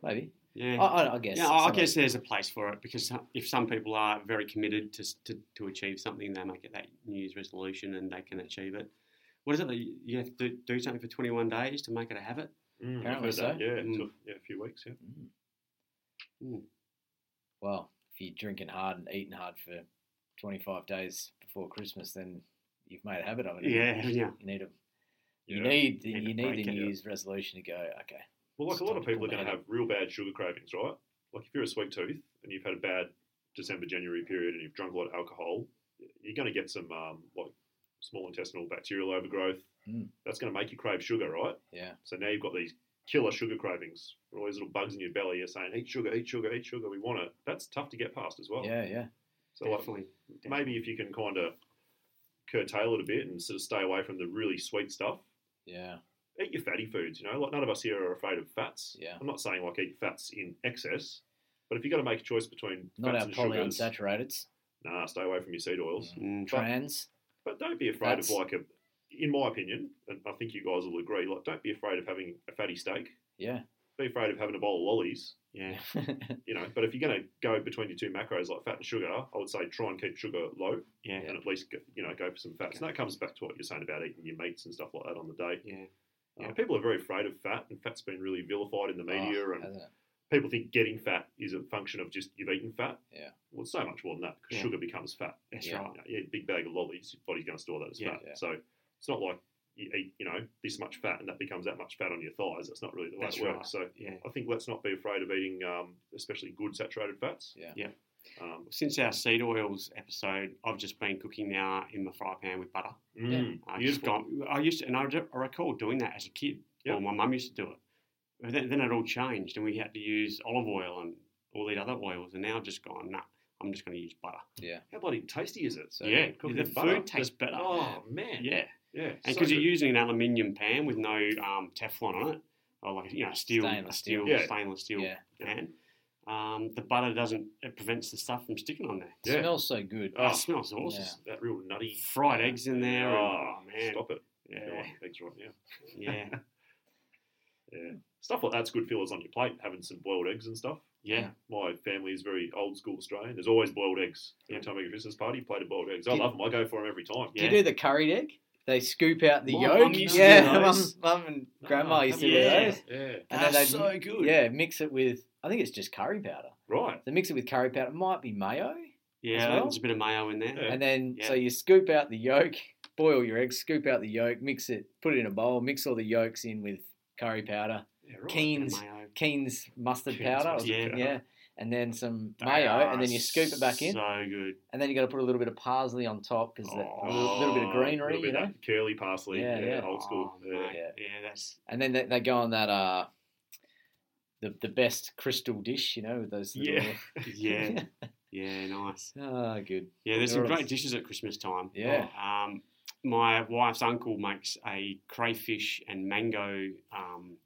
[SPEAKER 2] Maybe. I,
[SPEAKER 1] yeah,
[SPEAKER 2] I, I guess.
[SPEAKER 1] yeah. I I
[SPEAKER 2] some of-
[SPEAKER 1] guess there's a place for it because some- if some people are very committed to, s- to to achieve something, they make it that New Year's resolution and they can achieve it. What is it? that You you have to do something for 21 days to make it a habit.
[SPEAKER 3] Mm, I've
[SPEAKER 2] Apparently
[SPEAKER 3] heard that.
[SPEAKER 2] so.
[SPEAKER 3] Yeah, it
[SPEAKER 1] Mm.
[SPEAKER 3] took yeah, a few weeks. Yeah.
[SPEAKER 2] Mm.
[SPEAKER 1] Mm.
[SPEAKER 2] Well, if you're drinking hard and eating hard for 25 days before Christmas, then you've made a habit of it. haven't you?
[SPEAKER 1] Yeah, yeah,
[SPEAKER 2] You need a you
[SPEAKER 3] Yeah.
[SPEAKER 2] need
[SPEAKER 1] need
[SPEAKER 2] you
[SPEAKER 1] a
[SPEAKER 2] need
[SPEAKER 1] break,
[SPEAKER 2] the
[SPEAKER 1] yeah.
[SPEAKER 2] New Year's resolution to go. Okay,
[SPEAKER 3] Well, like a lot of people are going to
[SPEAKER 2] Stomach
[SPEAKER 3] have real bad sugar cravings, right? Like if you're a sweet tooth and you've had a bad December January period and you've drunk a lot of alcohol, you're going to get some um, like small intestinal bacterial overgrowth.
[SPEAKER 2] Mm.
[SPEAKER 3] That's going to make you crave sugar, right?
[SPEAKER 2] Yeah.
[SPEAKER 3] So now you've got these killer sugar cravings. where All these little bugs in your belly are saying, "Eat sugar, eat sugar, eat sugar." We want it. That's tough to get past as well.
[SPEAKER 2] Yeah, yeah.
[SPEAKER 3] So like,
[SPEAKER 1] Definitely.
[SPEAKER 3] maybe if you can kind of curtail it a bit and sort of stay away from the really sweet stuff,
[SPEAKER 2] Yeah.
[SPEAKER 3] eat your fatty foods. You know, like none of us here are afraid of fats.
[SPEAKER 2] Yeah.
[SPEAKER 3] I'm not saying like eat fats in excess, but if you've got to make a choice between
[SPEAKER 2] Not
[SPEAKER 3] fats
[SPEAKER 2] our
[SPEAKER 3] and sugars,
[SPEAKER 2] polyunsaturated.
[SPEAKER 3] nah, stay away from your seed oils.
[SPEAKER 2] Mm.
[SPEAKER 1] Mm.
[SPEAKER 2] Trans.
[SPEAKER 3] But don't be afraid
[SPEAKER 2] Fats.
[SPEAKER 3] of like a, in my opinion, and I think you guys will agree, like don't be afraid of having a fatty steak.
[SPEAKER 2] Yeah.
[SPEAKER 3] Be afraid of having a bowl of lollies,
[SPEAKER 1] Yeah.
[SPEAKER 3] you know. But if you're going to go between your two macros like fat and sugar, I would say try and keep sugar low
[SPEAKER 1] Yeah.
[SPEAKER 3] and at least get- you know go for some fats. And that comes back to what you're saying about eating your meats and stuff like that on the day.
[SPEAKER 1] Yeah.
[SPEAKER 3] Uh,
[SPEAKER 1] Yeah.
[SPEAKER 3] people are very afraid of fat, and fat's been really vilified in the media,
[SPEAKER 2] Oh,
[SPEAKER 3] and
[SPEAKER 2] hasn't it?
[SPEAKER 3] people think getting fat is a function of just you've eaten fat.
[SPEAKER 2] Yeah.
[SPEAKER 3] Well, it's so much more than that because
[SPEAKER 1] Yeah.
[SPEAKER 3] sugar becomes fat.
[SPEAKER 1] That's
[SPEAKER 2] Yeah.
[SPEAKER 1] right.
[SPEAKER 3] You know, you eat a big bag of lollies, your body's going to store that as
[SPEAKER 1] Yeah.
[SPEAKER 3] fat.
[SPEAKER 2] Yeah.
[SPEAKER 3] So it's not like you eat, you know, this much fat and that becomes that much fat on your thighs. That's not really the way
[SPEAKER 1] That's
[SPEAKER 3] it works. So
[SPEAKER 1] Yeah.
[SPEAKER 3] I think let's not be afraid of eating, um, especially good saturated fats.
[SPEAKER 2] Yeah.
[SPEAKER 1] Yeah.
[SPEAKER 3] Um,
[SPEAKER 1] Since our seed oils episode, I've just been cooking now in my fry pan with butter.
[SPEAKER 3] mm,
[SPEAKER 1] I just
[SPEAKER 3] beautiful.
[SPEAKER 1] got, I used to, and I, re- I recall doing that as a kid.
[SPEAKER 3] Yeah.
[SPEAKER 1] Well, my mum used to do it. But then, then it all changed, and we had to use olive oil and all these other oils. And now I've just gone, nah, I'm just going to use butter.
[SPEAKER 2] Yeah.
[SPEAKER 3] How bloody tasty is it?
[SPEAKER 2] So
[SPEAKER 1] yeah,
[SPEAKER 3] cooking
[SPEAKER 1] the
[SPEAKER 3] with
[SPEAKER 1] food
[SPEAKER 3] butter.
[SPEAKER 1] tastes better.
[SPEAKER 3] Oh man.
[SPEAKER 1] Yeah,
[SPEAKER 3] Yeah.
[SPEAKER 1] and
[SPEAKER 3] so
[SPEAKER 1] because
[SPEAKER 3] good.
[SPEAKER 1] you're using an aluminium pan with no um, Teflon on it, or like you know, steel,
[SPEAKER 2] Stainless
[SPEAKER 1] a steel,
[SPEAKER 2] steel.
[SPEAKER 3] Yeah.
[SPEAKER 1] stainless steel
[SPEAKER 2] Yeah.
[SPEAKER 1] pan, um, the butter doesn't. It prevents the stuff from sticking on there.
[SPEAKER 3] Yeah.
[SPEAKER 2] Smells so good.
[SPEAKER 3] Oh,
[SPEAKER 1] It smells awesome.
[SPEAKER 2] Yeah.
[SPEAKER 3] that real nutty.
[SPEAKER 1] Fried eggs in there. and-
[SPEAKER 3] Oh,
[SPEAKER 1] oh man.
[SPEAKER 3] Stop it. Yeah.
[SPEAKER 1] Yeah,
[SPEAKER 3] Eggs right now.
[SPEAKER 1] yeah,
[SPEAKER 3] Yeah. Stuff like that's good fillers on your plate, having some boiled eggs and stuff.
[SPEAKER 1] yeah.
[SPEAKER 3] My family is very old school Australian. There's always boiled eggs. Every
[SPEAKER 1] Yeah.
[SPEAKER 3] time I go to a Christmas party, plate of boiled eggs. I
[SPEAKER 2] Do you-
[SPEAKER 3] love them. I go for them every time.
[SPEAKER 1] Yeah.
[SPEAKER 2] Do you do the curried egg? They scoop out the
[SPEAKER 1] My
[SPEAKER 2] yolk.
[SPEAKER 1] mum used to do
[SPEAKER 2] yeah,
[SPEAKER 1] those.
[SPEAKER 2] mum, mum and grandma
[SPEAKER 3] Ah,
[SPEAKER 2] used to
[SPEAKER 1] yeah.
[SPEAKER 2] do those.
[SPEAKER 3] Yeah.
[SPEAKER 2] And then
[SPEAKER 1] That's
[SPEAKER 2] they'd-
[SPEAKER 1] so good.
[SPEAKER 2] Yeah, mix it with. I think it's just curry powder.
[SPEAKER 3] Right.
[SPEAKER 2] They mix it with curry powder. It might be mayo,
[SPEAKER 1] yeah.
[SPEAKER 2] well.
[SPEAKER 1] There's a bit of mayo in there.
[SPEAKER 3] Yeah.
[SPEAKER 2] and then so
[SPEAKER 1] Yeah.
[SPEAKER 2] you scoop out the yolk, boil your eggs, scoop out the yolk, mix it, put it in a bowl, mix all the yolks in with curry powder,
[SPEAKER 3] Yeah,
[SPEAKER 1] Bit
[SPEAKER 3] right.
[SPEAKER 1] of
[SPEAKER 2] Keen's
[SPEAKER 1] mayo.
[SPEAKER 2] Keen's mustard
[SPEAKER 3] Keen's
[SPEAKER 2] powder,
[SPEAKER 3] mustard
[SPEAKER 1] Yeah.
[SPEAKER 3] powder.
[SPEAKER 2] yeah, and then some
[SPEAKER 1] They
[SPEAKER 2] mayo,
[SPEAKER 1] are
[SPEAKER 2] and then you scoop it back in,
[SPEAKER 1] So good.
[SPEAKER 2] and then you got to put a little bit of parsley on top because a little,
[SPEAKER 1] Oh,
[SPEAKER 2] little bit of
[SPEAKER 3] Oh,
[SPEAKER 2] greenery,
[SPEAKER 3] little bit
[SPEAKER 2] you know,
[SPEAKER 3] of that curly parsley. Yeah,
[SPEAKER 2] Yeah, yeah.
[SPEAKER 3] old school.
[SPEAKER 1] Oh,
[SPEAKER 3] yeah.
[SPEAKER 1] mate.
[SPEAKER 2] Yeah.
[SPEAKER 1] yeah. That's
[SPEAKER 2] and then they, they go on that uh, the the best crystal dish, you know, with those.
[SPEAKER 3] Yeah.
[SPEAKER 2] little-
[SPEAKER 1] yeah, yeah. Nice.
[SPEAKER 2] Ah, good.
[SPEAKER 1] Yeah, there's some
[SPEAKER 2] There are
[SPEAKER 1] great
[SPEAKER 2] some-
[SPEAKER 1] dishes at Christmas time.
[SPEAKER 2] Yeah.
[SPEAKER 1] Um, my wife's uncle makes a crayfish and mango um,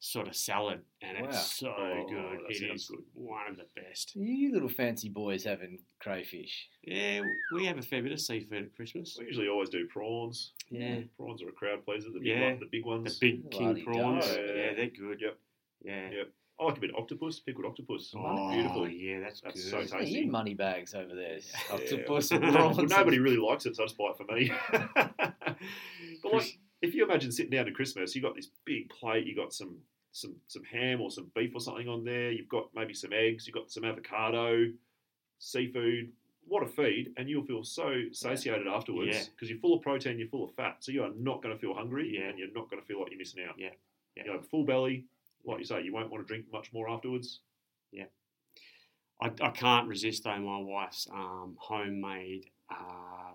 [SPEAKER 1] sort of salad, and
[SPEAKER 2] Wow.
[SPEAKER 1] it's so
[SPEAKER 3] Oh,
[SPEAKER 1] good.
[SPEAKER 3] that
[SPEAKER 1] It
[SPEAKER 3] sounds
[SPEAKER 1] is
[SPEAKER 3] good.
[SPEAKER 1] one of the best.
[SPEAKER 2] You little fancy boys having crayfish.
[SPEAKER 1] Yeah, we have a fair bit of seafood at Christmas.
[SPEAKER 3] We usually always do prawns.
[SPEAKER 1] Yeah.
[SPEAKER 3] Prawns are a crowd pleaser. The big,
[SPEAKER 1] Yeah.
[SPEAKER 3] one, the big ones.
[SPEAKER 1] The big
[SPEAKER 2] Bloody
[SPEAKER 1] king prawns.
[SPEAKER 3] dope.
[SPEAKER 1] Yeah.
[SPEAKER 3] Yeah.
[SPEAKER 1] they're good.
[SPEAKER 3] Yep.
[SPEAKER 1] Yeah.
[SPEAKER 3] Yep. I like a bit of octopus, pickled octopus.
[SPEAKER 1] Oh,
[SPEAKER 3] Beautiful.
[SPEAKER 1] Yeah, that's,
[SPEAKER 3] That's
[SPEAKER 1] good.
[SPEAKER 3] so
[SPEAKER 2] Isn't it
[SPEAKER 3] tasty.
[SPEAKER 2] You money bags over there.
[SPEAKER 1] Yeah.
[SPEAKER 2] Octopus
[SPEAKER 1] Yeah.
[SPEAKER 2] and
[SPEAKER 1] Well,
[SPEAKER 2] prawns.
[SPEAKER 3] well, nobody really likes it, so I just buy it for me. but
[SPEAKER 1] Chris-
[SPEAKER 3] like, if you imagine sitting down to Christmas, you got this big plate, you got some some some ham or some beef or something on there. You've got maybe some eggs, you've got some avocado, seafood. What a feed! And you'll feel so satiated afterwards
[SPEAKER 1] Yeah.
[SPEAKER 3] because you're full of protein, you're full of fat, so you are not going to feel hungry,
[SPEAKER 1] Yeah.
[SPEAKER 3] and you're not going to feel like you're missing out.
[SPEAKER 1] Yeah. Yeah.
[SPEAKER 3] You know, full belly, like you say, you won't want to drink much more afterwards.
[SPEAKER 1] I, I can't resist though my wife's um, homemade uh,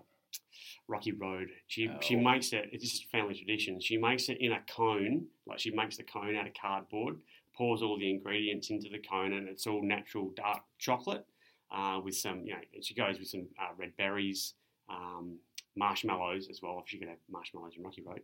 [SPEAKER 1] Rocky Road. She she
[SPEAKER 2] Oh.
[SPEAKER 1] makes it. It's just family tradition. She makes it in a cone. Like she makes the cone out of cardboard, pours all the ingredients into the cone, and it's all natural dark chocolate uh, with some. You know, she goes with some uh, red berries, um, marshmallows as well. If she could have marshmallows in Rocky Road.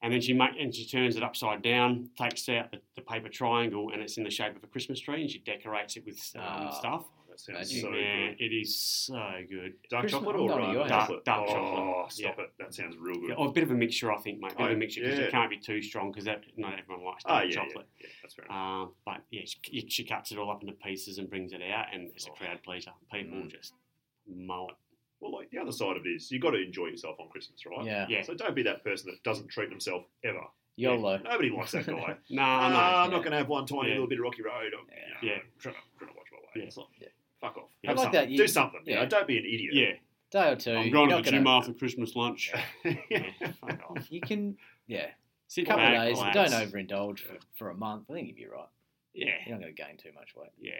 [SPEAKER 1] And then she make, and she turns it upside down, takes out the, the paper triangle, and it's in the shape of a Christmas tree, and she decorates it with um,
[SPEAKER 2] Ah.
[SPEAKER 1] stuff.
[SPEAKER 3] Oh, that sounds
[SPEAKER 2] Magic.
[SPEAKER 3] so
[SPEAKER 1] yeah,
[SPEAKER 3] good.
[SPEAKER 1] it is so good.
[SPEAKER 3] Dark
[SPEAKER 2] Christmas-
[SPEAKER 3] chocolate
[SPEAKER 2] I'm
[SPEAKER 3] or
[SPEAKER 2] going to
[SPEAKER 3] uh,
[SPEAKER 2] your
[SPEAKER 3] dark
[SPEAKER 1] house.
[SPEAKER 3] chocolate?
[SPEAKER 1] Dark- dark
[SPEAKER 3] Oh,
[SPEAKER 1] chocolate.
[SPEAKER 3] stop it. That sounds real good.
[SPEAKER 1] Yeah, oh, a bit of a mixture, I think, mate. A bit of
[SPEAKER 3] Oh,
[SPEAKER 1] a mixture because
[SPEAKER 3] yeah.
[SPEAKER 1] it can't be too strong because not everyone likes
[SPEAKER 3] Ah,
[SPEAKER 1] dark
[SPEAKER 3] yeah,
[SPEAKER 1] chocolate.
[SPEAKER 3] Yeah, yeah, that's fair enough.
[SPEAKER 1] Um, but yeah, she, she cuts it all up into pieces and brings it out, and it's a
[SPEAKER 3] Oh.
[SPEAKER 1] crowd pleaser. People
[SPEAKER 2] Mm.
[SPEAKER 1] just mow it.
[SPEAKER 3] Well, like the other side of it is, you've got to enjoy yourself on Christmas, right?
[SPEAKER 2] Yeah.
[SPEAKER 1] Yeah.
[SPEAKER 3] So don't be that person that doesn't treat themselves ever.
[SPEAKER 2] YOLO.
[SPEAKER 3] Yeah, Nobody likes that guy.
[SPEAKER 1] Nah,
[SPEAKER 3] "Ah,
[SPEAKER 1] no.
[SPEAKER 3] I'm not going to have one tiny
[SPEAKER 1] Yeah.
[SPEAKER 3] little bit of Rocky Road. I'm, you know,
[SPEAKER 1] Yeah.
[SPEAKER 3] Trying to, trying to watch my weight.
[SPEAKER 1] Yeah.
[SPEAKER 3] It's like,
[SPEAKER 2] Yeah.
[SPEAKER 3] fuck off.
[SPEAKER 1] Yeah.
[SPEAKER 3] Have
[SPEAKER 1] Like
[SPEAKER 3] something.
[SPEAKER 2] that, you-
[SPEAKER 3] Do something. You
[SPEAKER 2] yeah.
[SPEAKER 3] know, don't be an idiot.
[SPEAKER 1] Yeah,
[SPEAKER 2] Day or 2
[SPEAKER 1] I'm
[SPEAKER 2] you're
[SPEAKER 1] going to
[SPEAKER 2] not
[SPEAKER 1] the
[SPEAKER 2] gonna-
[SPEAKER 1] gym after Christmas lunch.
[SPEAKER 3] Yeah.
[SPEAKER 1] Yeah, fuck off.
[SPEAKER 2] You can, yeah.
[SPEAKER 1] Sit
[SPEAKER 2] couple
[SPEAKER 1] back,
[SPEAKER 2] of days.
[SPEAKER 1] relax.
[SPEAKER 2] Don't overindulge for, for a month. I think you'd be right.
[SPEAKER 1] Yeah,
[SPEAKER 2] You're not going to gain too much weight.
[SPEAKER 1] yeah.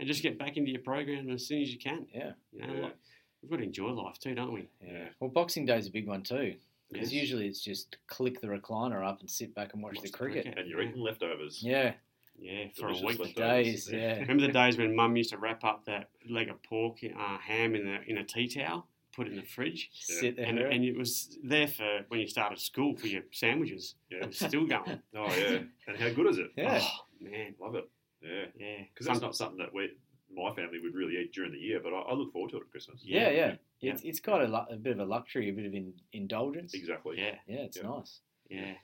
[SPEAKER 1] And just get back into your program as soon as you can.
[SPEAKER 2] Yeah.
[SPEAKER 1] You know, like, we've got to enjoy life too, don't we?
[SPEAKER 2] Yeah.
[SPEAKER 3] Yeah.
[SPEAKER 2] Well, Boxing Day's a big one too, because
[SPEAKER 1] Yes.
[SPEAKER 2] usually it's just click the recliner up and sit back and watch, the cricket.
[SPEAKER 3] And you're eating leftovers.
[SPEAKER 2] Yeah.
[SPEAKER 1] Yeah, for a
[SPEAKER 3] Delicious
[SPEAKER 1] week.
[SPEAKER 3] leftovers.
[SPEAKER 2] Days. Yeah.
[SPEAKER 1] Remember the days when Mum used to wrap up that leg of pork, uh, ham in a in a tea towel, put it in the fridge,
[SPEAKER 2] Sit there.
[SPEAKER 1] and, and it was there for when you started school for your sandwiches.
[SPEAKER 3] Yeah.
[SPEAKER 1] It was still going.
[SPEAKER 3] Oh yeah. And how good is it?
[SPEAKER 2] Yeah.
[SPEAKER 1] Oh man,
[SPEAKER 3] Love it. Yeah.
[SPEAKER 1] yeah.
[SPEAKER 3] Because that's
[SPEAKER 1] Some-
[SPEAKER 3] not something that we, my family, would really eat during the year. But I, I look forward to it at Christmas.
[SPEAKER 2] yeah. Yeah.
[SPEAKER 1] Yeah.
[SPEAKER 2] It's, it's got a, lu- a bit of a luxury, a bit of in, indulgence.
[SPEAKER 3] Exactly.
[SPEAKER 1] yeah,
[SPEAKER 2] Yeah, it's
[SPEAKER 3] Yeah.
[SPEAKER 2] nice.
[SPEAKER 1] yeah,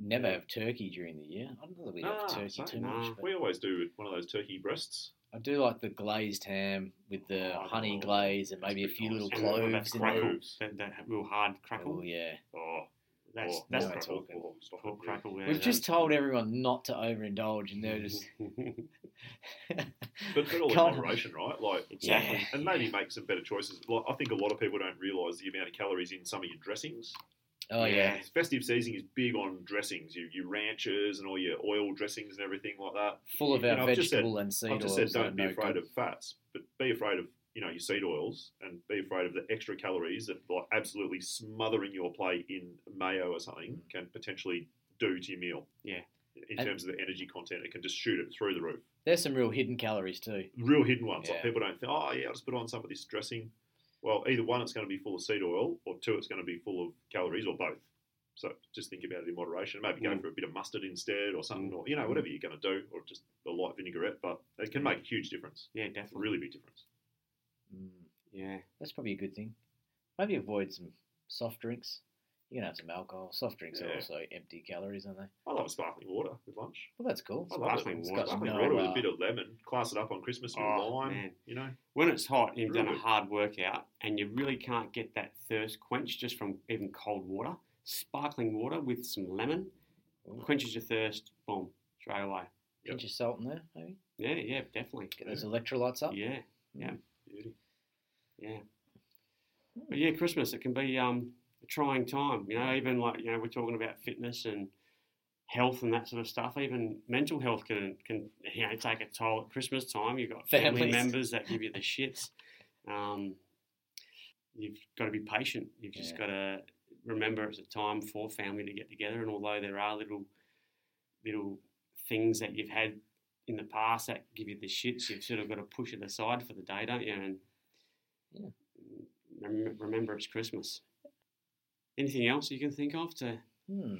[SPEAKER 2] Never have turkey during the year. I don't know that we
[SPEAKER 3] Ah,
[SPEAKER 2] have turkey
[SPEAKER 3] same.
[SPEAKER 2] too much.
[SPEAKER 1] Nah.
[SPEAKER 2] but
[SPEAKER 3] We always do one of those turkey breasts.
[SPEAKER 2] I do like the glazed ham with the
[SPEAKER 3] Oh,
[SPEAKER 2] honey
[SPEAKER 3] oh,
[SPEAKER 2] glaze and
[SPEAKER 3] that's
[SPEAKER 2] maybe a
[SPEAKER 3] pretty
[SPEAKER 2] few
[SPEAKER 3] nice.
[SPEAKER 2] little
[SPEAKER 1] And all that
[SPEAKER 2] cloves in
[SPEAKER 1] crackle.
[SPEAKER 2] there.
[SPEAKER 3] Cloves.
[SPEAKER 1] That, that real hard crackle.
[SPEAKER 2] Oh yeah.
[SPEAKER 3] Oh,
[SPEAKER 1] That's
[SPEAKER 3] oh,
[SPEAKER 1] that's
[SPEAKER 2] now
[SPEAKER 3] oh,
[SPEAKER 2] we're
[SPEAKER 1] crackle.
[SPEAKER 2] talking.
[SPEAKER 3] Oh, stop it,
[SPEAKER 1] Pork
[SPEAKER 3] yeah.
[SPEAKER 1] crackle. yeah,
[SPEAKER 2] We've
[SPEAKER 1] that-
[SPEAKER 2] just told everyone not to overindulge, and they're just
[SPEAKER 3] But, but all in
[SPEAKER 2] God.
[SPEAKER 3] moderation, right? Like
[SPEAKER 1] Exactly.
[SPEAKER 2] Yeah.
[SPEAKER 3] and maybe make some better choices. Like, I think a lot of people don't realise the amount of calories in some of your dressings.
[SPEAKER 2] Oh yeah,
[SPEAKER 3] Festive season is big on dressings. Your, your ranches and all your oil dressings and everything like that.
[SPEAKER 2] full of
[SPEAKER 3] You
[SPEAKER 2] our
[SPEAKER 3] know, I've just said-
[SPEAKER 2] vegetable and seed
[SPEAKER 3] I've just said
[SPEAKER 2] oils.
[SPEAKER 3] don't be afraid of fats, but be afraid of you know your seed oils and be afraid of the extra calories that like absolutely smothering your plate in mayo or something
[SPEAKER 2] Mm.
[SPEAKER 3] can potentially do to your meal.
[SPEAKER 1] Yeah.
[SPEAKER 3] In
[SPEAKER 2] And-
[SPEAKER 3] terms of the energy content, it can just shoot it through the roof.
[SPEAKER 2] There's some real hidden calories too.
[SPEAKER 3] Real hidden ones.
[SPEAKER 2] Yeah.
[SPEAKER 3] Like people don't think, oh yeah, I'll just put on some of this dressing. Well, either one, it's going to be full of seed oil, or two, it's going to be full of calories, or both. So just think about it in moderation. Maybe go
[SPEAKER 1] Mm.
[SPEAKER 3] for a bit of mustard instead, or something,
[SPEAKER 1] Mm.
[SPEAKER 3] or you know whatever you're going to do, or just a light vinaigrette. But it can make a huge difference
[SPEAKER 1] yeah, definitely.
[SPEAKER 3] really big difference.
[SPEAKER 2] Mm,
[SPEAKER 1] Yeah,
[SPEAKER 2] that's probably a good thing. Maybe avoid some soft drinks. You can have some alcohol. Soft drinks are
[SPEAKER 3] Yeah.
[SPEAKER 2] also empty calories, aren't they?
[SPEAKER 3] I love sparkling water with lunch.
[SPEAKER 2] Well, that's cool.
[SPEAKER 3] I love
[SPEAKER 1] Sparkling
[SPEAKER 3] it.
[SPEAKER 1] water.
[SPEAKER 3] Sparkling
[SPEAKER 2] No,
[SPEAKER 3] water with
[SPEAKER 2] uh,
[SPEAKER 3] a bit of lemon. Class it up on Christmas with
[SPEAKER 1] Oh,
[SPEAKER 3] lime.
[SPEAKER 1] man.
[SPEAKER 3] You know,
[SPEAKER 1] when it's hot and you've done a
[SPEAKER 3] Really?
[SPEAKER 1] hard workout and you really can't get that thirst quenched just from even cold water, sparkling water with some lemon
[SPEAKER 2] Ooh,
[SPEAKER 1] quenches your thirst. Boom, straight away.
[SPEAKER 3] Yep.
[SPEAKER 2] Pinch of salt in there, maybe.
[SPEAKER 1] Yeah, yeah, definitely.
[SPEAKER 2] Get those electrolytes up.
[SPEAKER 1] Yeah,
[SPEAKER 3] beauty.
[SPEAKER 1] yeah. But yeah, Christmas it can be um, a trying time. You know, even like you know we're talking about fitness and health and that sort of stuff. Even mental health can can you know take a toll at Christmas time. You've got family
[SPEAKER 2] Families.
[SPEAKER 1] members that give you the shits. Um, you've got to be patient. You've just
[SPEAKER 2] Yeah.
[SPEAKER 1] got to remember it's a time for family to get together. And although there are little little things that you've had in the past that give you the shits, you've sort of got to push it aside for the day, don't you? And
[SPEAKER 2] Yeah.
[SPEAKER 1] rem- remember it's Christmas. Anything else you can think of to
[SPEAKER 2] Hmm.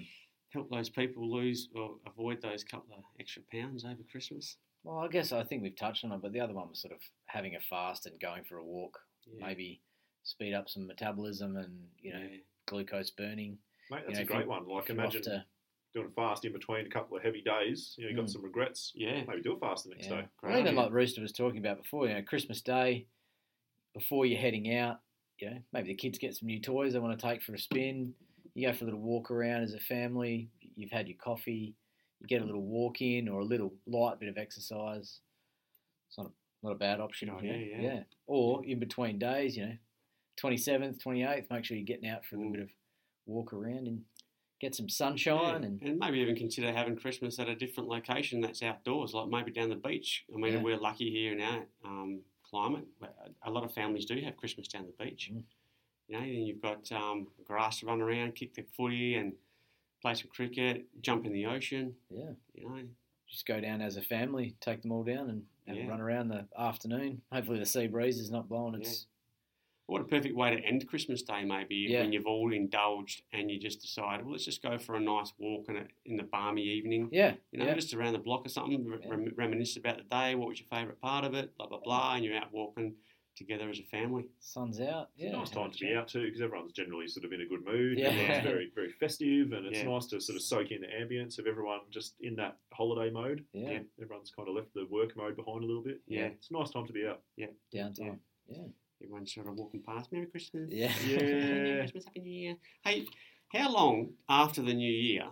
[SPEAKER 1] help those people lose or avoid those couple of extra pounds over Christmas?
[SPEAKER 2] Well, I guess I think we've touched on it, but the other one was sort of having a fast and going for a walk.
[SPEAKER 1] Yeah.
[SPEAKER 2] Maybe speed up some metabolism and you know
[SPEAKER 1] Yeah.
[SPEAKER 2] glucose burning.
[SPEAKER 3] Mate, that's
[SPEAKER 2] know,
[SPEAKER 3] a
[SPEAKER 2] if
[SPEAKER 3] great
[SPEAKER 2] you-
[SPEAKER 3] one. Like
[SPEAKER 2] If you're off
[SPEAKER 3] imagine
[SPEAKER 2] to-
[SPEAKER 3] doing a fast in between a couple of heavy days. You know, you got
[SPEAKER 2] Mm.
[SPEAKER 3] some regrets.
[SPEAKER 1] Yeah.
[SPEAKER 3] Maybe do a fast the next
[SPEAKER 2] yeah.
[SPEAKER 3] day.
[SPEAKER 2] Well, even
[SPEAKER 1] idea.
[SPEAKER 2] like Rooster was talking about before, you know, Christmas Day, before you're heading out, you know, maybe the kids get some new toys they want to take for a spin. You go for a little walk around as a family. You've had your coffee. You get a little walk in or a little light bit of exercise. It's not a, not a bad option.
[SPEAKER 1] Good
[SPEAKER 2] you know,
[SPEAKER 1] idea, Oh, yeah.
[SPEAKER 2] Or in between days, you know, 27th, 28th, make sure you're getting out for a little
[SPEAKER 1] Mm.
[SPEAKER 2] bit of walk around and get some sunshine
[SPEAKER 1] Yeah,
[SPEAKER 2] and
[SPEAKER 1] maybe even consider having Christmas at a different location that's outdoors, like maybe down the beach. I mean,
[SPEAKER 2] Yeah.
[SPEAKER 1] we're lucky here in our um, climate. but A lot of families do have Christmas down the beach.
[SPEAKER 2] Mm.
[SPEAKER 1] You know, then you've got um, grass to run around, kick the footy, and play some cricket, jump in the ocean.
[SPEAKER 2] yeah.
[SPEAKER 1] You know,
[SPEAKER 2] just go down as a family, take them all down and, and
[SPEAKER 1] Yeah.
[SPEAKER 2] run around the afternoon. Hopefully the sea breeze is not blowing.
[SPEAKER 1] Yeah.
[SPEAKER 2] It's
[SPEAKER 1] what a perfect way to end Christmas Day, maybe
[SPEAKER 2] Yeah.
[SPEAKER 1] when you've all indulged and you just decide, well, let's just go for a nice walk in, a, in the balmy evening.
[SPEAKER 2] yeah,
[SPEAKER 1] You know,
[SPEAKER 2] yeah.
[SPEAKER 1] just around the block or something, re-
[SPEAKER 2] Yeah.
[SPEAKER 1] rem- reminisce about the day. What was your favourite part of it? Blah blah blah, and you're out walking together as a family.
[SPEAKER 2] sun's out.
[SPEAKER 3] It's
[SPEAKER 2] Yeah,
[SPEAKER 3] a nice time to be out too because everyone's generally sort of in a good mood.
[SPEAKER 2] Yeah.
[SPEAKER 3] Everyone's very, very festive and it's
[SPEAKER 1] Yeah.
[SPEAKER 3] nice to sort of soak in the ambience of everyone just in that holiday mode.
[SPEAKER 2] Yeah,
[SPEAKER 1] Yeah.
[SPEAKER 3] Everyone's kind of left the work mode behind a little bit.
[SPEAKER 1] Yeah.
[SPEAKER 3] It's a nice time to be out.
[SPEAKER 2] downtime. Yeah,
[SPEAKER 1] Everyone's sort of walking past. Merry Christmas.
[SPEAKER 2] Yeah.
[SPEAKER 1] Merry
[SPEAKER 3] Yeah.
[SPEAKER 1] Christmas. Happy New Year. Hey, how long after the New Year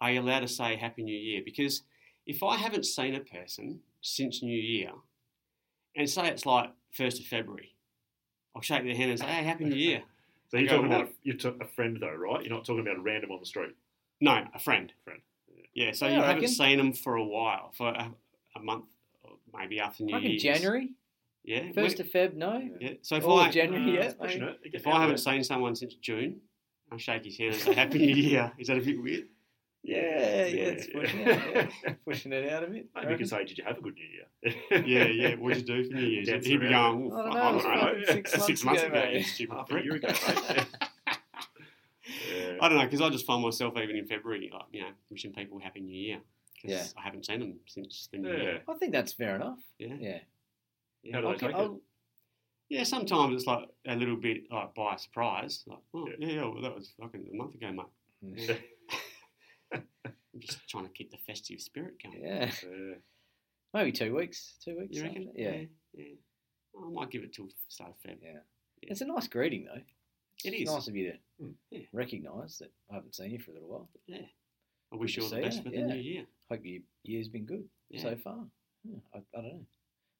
[SPEAKER 1] are you allowed to say Happy New Year? Because if I haven't seen a person since New Year, and say it's like first of February, I'll shake their hand and say, "Hey, Happy New Year."
[SPEAKER 3] So you're
[SPEAKER 1] Go
[SPEAKER 3] talking
[SPEAKER 1] walk.
[SPEAKER 3] about a, you're t- a friend though, right? You're not talking about a random on the street.
[SPEAKER 1] No, a friend.
[SPEAKER 3] Friend,
[SPEAKER 1] Yeah, so
[SPEAKER 2] Yeah,
[SPEAKER 1] you
[SPEAKER 2] Oh, I
[SPEAKER 1] haven't
[SPEAKER 2] reckon.
[SPEAKER 1] seen them for a while, for a, a month, or maybe after New
[SPEAKER 2] Fucking
[SPEAKER 1] Year's.
[SPEAKER 2] January,
[SPEAKER 1] Yeah.
[SPEAKER 2] first
[SPEAKER 1] we-
[SPEAKER 2] of Feb. No,
[SPEAKER 1] yeah. So if
[SPEAKER 2] all
[SPEAKER 1] I
[SPEAKER 2] of January.
[SPEAKER 3] Uh,
[SPEAKER 2] yeah,
[SPEAKER 3] it's pushing
[SPEAKER 2] mate.
[SPEAKER 3] it. It gets
[SPEAKER 1] if I
[SPEAKER 3] out
[SPEAKER 1] haven't
[SPEAKER 3] there.
[SPEAKER 1] seen someone since June, I'll shake his hand and say Happy New Year. Is that a bit weird?
[SPEAKER 2] yeah, yeah, it's pushing it. yeah. pushing it out a bit. I
[SPEAKER 3] Maybe you
[SPEAKER 2] reckon.
[SPEAKER 3] can say, "Did you have a good New Year?"
[SPEAKER 1] Yeah, yeah. What'd you do for New Year's?
[SPEAKER 3] Dance
[SPEAKER 1] He'd be
[SPEAKER 3] around.
[SPEAKER 1] going,
[SPEAKER 2] I
[SPEAKER 1] "Oh,
[SPEAKER 2] don't know,
[SPEAKER 1] I
[SPEAKER 2] it was
[SPEAKER 1] don't know.
[SPEAKER 2] fucking six months ago,
[SPEAKER 1] you
[SPEAKER 2] mate.
[SPEAKER 1] stupid
[SPEAKER 3] half a
[SPEAKER 1] prick.
[SPEAKER 3] year ago. Mate. yeah.
[SPEAKER 1] I don't know, because I just find myself even in February, like, you know, wishing people Happy New Year. Because
[SPEAKER 2] Yeah.
[SPEAKER 1] I haven't seen them since the New
[SPEAKER 3] Yeah.
[SPEAKER 1] Year.
[SPEAKER 2] I think that's fair enough.
[SPEAKER 1] Yeah.
[SPEAKER 2] Yeah.
[SPEAKER 1] Yeah.
[SPEAKER 3] How do they
[SPEAKER 2] I'll gi-
[SPEAKER 3] take it?
[SPEAKER 2] I'll-
[SPEAKER 1] Yeah, sometimes it's like a little bit like by surprise. Like, oh,
[SPEAKER 3] Yeah.
[SPEAKER 1] yeah, yeah, well, that was fucking a month ago, mate.
[SPEAKER 2] Mm.
[SPEAKER 1] Yeah. I'm just trying to keep the festive spirit going.
[SPEAKER 2] Yeah.
[SPEAKER 3] Yeah.
[SPEAKER 2] Maybe two weeks. Two weeks.
[SPEAKER 1] You
[SPEAKER 2] after.
[SPEAKER 1] reckon?
[SPEAKER 2] Yeah.
[SPEAKER 1] yeah. yeah. I might give it till start of Feb.
[SPEAKER 2] It's a nice greeting, though.
[SPEAKER 1] It
[SPEAKER 2] It's
[SPEAKER 1] is.
[SPEAKER 2] nice of you to
[SPEAKER 3] Hmm.
[SPEAKER 1] Yeah.
[SPEAKER 2] recognise that I haven't seen you for a little while.
[SPEAKER 1] I wish
[SPEAKER 2] to
[SPEAKER 1] you all the
[SPEAKER 2] see
[SPEAKER 1] best
[SPEAKER 2] you,
[SPEAKER 1] for
[SPEAKER 2] yeah.
[SPEAKER 1] the new year.
[SPEAKER 2] Hope your year's been good
[SPEAKER 1] Yeah.
[SPEAKER 2] so far. Yeah, I, I don't know.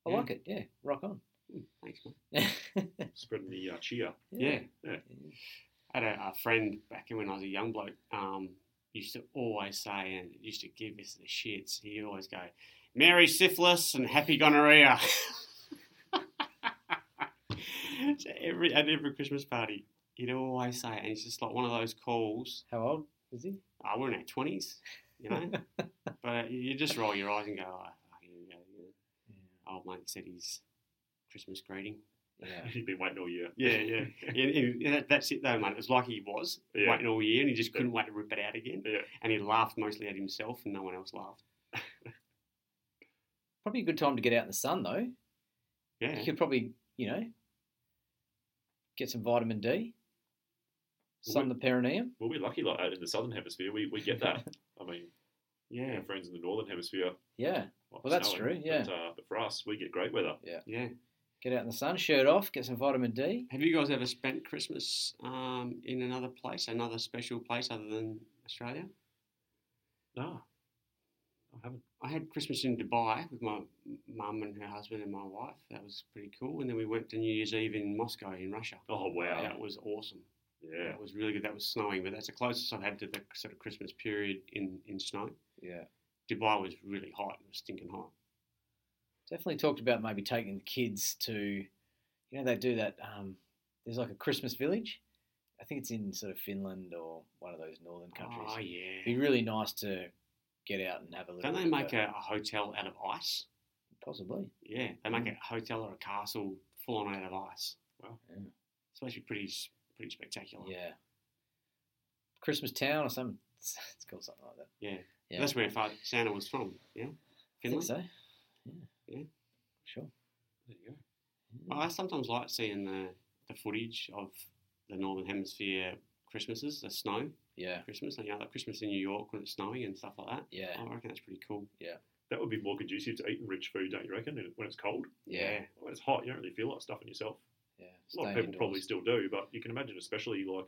[SPEAKER 2] I
[SPEAKER 1] Yeah.
[SPEAKER 2] like it. Yeah. Rock on.
[SPEAKER 1] Mm, Thanks, mate.
[SPEAKER 2] yeah.
[SPEAKER 3] Spreading the uh, cheer.
[SPEAKER 1] Yeah.
[SPEAKER 3] Yeah.
[SPEAKER 1] I had a, a friend back when I was a young bloke um, used to always say, and used to give us the shits, he'd always go, Merry syphilis and happy gonorrhea. So every, at every Christmas party, he'd always say it. And it's just like one of those calls.
[SPEAKER 2] How old is he?
[SPEAKER 1] I we're in our 20s, you know? but uh, you- you just roll your eyes and go, oh, here we go. again." Old mate said his Christmas greeting.
[SPEAKER 2] Yeah.
[SPEAKER 3] You've been waiting all year.
[SPEAKER 1] Yeah, yeah. And, and that- that's it though, mate. It was like he was
[SPEAKER 3] Yeah.
[SPEAKER 1] waiting all year, and he just couldn't wait to rip it out again.
[SPEAKER 3] Yeah.
[SPEAKER 1] And he laughed mostly at himself, and no one else laughed.
[SPEAKER 2] Probably a good time to get out in the sun, though.
[SPEAKER 1] Yeah,
[SPEAKER 2] You could probably, you know, get some vitamin D, sun the perineum.
[SPEAKER 3] Well, we're lucky like that in the southern hemisphere. We, we get that. I mean,
[SPEAKER 1] yeah,
[SPEAKER 3] our friends in the northern hemisphere.
[SPEAKER 2] Yeah.
[SPEAKER 3] like,
[SPEAKER 2] Well, that's
[SPEAKER 3] snowing,
[SPEAKER 2] true, yeah.
[SPEAKER 3] But, uh, but for us, we get great weather.
[SPEAKER 1] yeah.
[SPEAKER 2] Get out in the sun, shirt off, get some vitamin D.
[SPEAKER 1] Have you guys ever spent Christmas um, in another place, another special place other than Australia?
[SPEAKER 3] No, I haven't.
[SPEAKER 1] I had Christmas in Dubai with my mum and her husband and my wife. That was pretty cool. And then we went to New Year's Eve in Moscow in Russia.
[SPEAKER 3] Oh wow.
[SPEAKER 1] That was awesome.
[SPEAKER 3] Yeah.
[SPEAKER 1] That was really good. That was snowing, but that's the closest I've had to the sort of Christmas period in, in snow.
[SPEAKER 2] Yeah.
[SPEAKER 1] Dubai was really hot. It was stinking hot.
[SPEAKER 2] Definitely talked about maybe taking the kids to, you know, they do that. Um, there's like a Christmas village. I think it's in sort of Finland or one of those northern countries.
[SPEAKER 1] Oh
[SPEAKER 2] It'd
[SPEAKER 1] yeah.
[SPEAKER 2] be really nice to get out and have a little.
[SPEAKER 1] Don't they
[SPEAKER 2] bit of
[SPEAKER 1] make a, a hotel out of ice?
[SPEAKER 2] possibly?
[SPEAKER 1] Yeah, they make
[SPEAKER 2] Mm.
[SPEAKER 1] a hotel or a castle full on out of ice.
[SPEAKER 3] Wow.
[SPEAKER 2] Yeah.
[SPEAKER 1] It's supposed to be pretty s- pretty spectacular.
[SPEAKER 2] Yeah. Christmas town or something. It's, called something like that.
[SPEAKER 1] Yeah.
[SPEAKER 2] Yeah.
[SPEAKER 1] That's where Father Santa was from. Yeah.
[SPEAKER 2] I think
[SPEAKER 1] Finland.
[SPEAKER 2] so. Yeah.
[SPEAKER 1] Yeah.
[SPEAKER 2] Sure.
[SPEAKER 3] There you go. Oh,
[SPEAKER 1] Well, I sometimes like seeing the, the footage of the Northern Hemisphere Christmases, the snow
[SPEAKER 2] Yeah.
[SPEAKER 1] Christmas, and you know, like Christmas in New York when it's snowing and stuff like that. Oh,
[SPEAKER 2] Yeah.
[SPEAKER 3] Oh,
[SPEAKER 1] I reckon that's pretty cool.
[SPEAKER 3] That would be more conducive to eating rich food, don't you reckon? And When it's cold,
[SPEAKER 2] Yeah.
[SPEAKER 3] when it's hot, you don't really feel like stuffing yourself.
[SPEAKER 2] Yeah.
[SPEAKER 3] A lot of
[SPEAKER 2] Staying
[SPEAKER 3] people
[SPEAKER 2] indoors.
[SPEAKER 3] probably still do, but you can imagine, especially like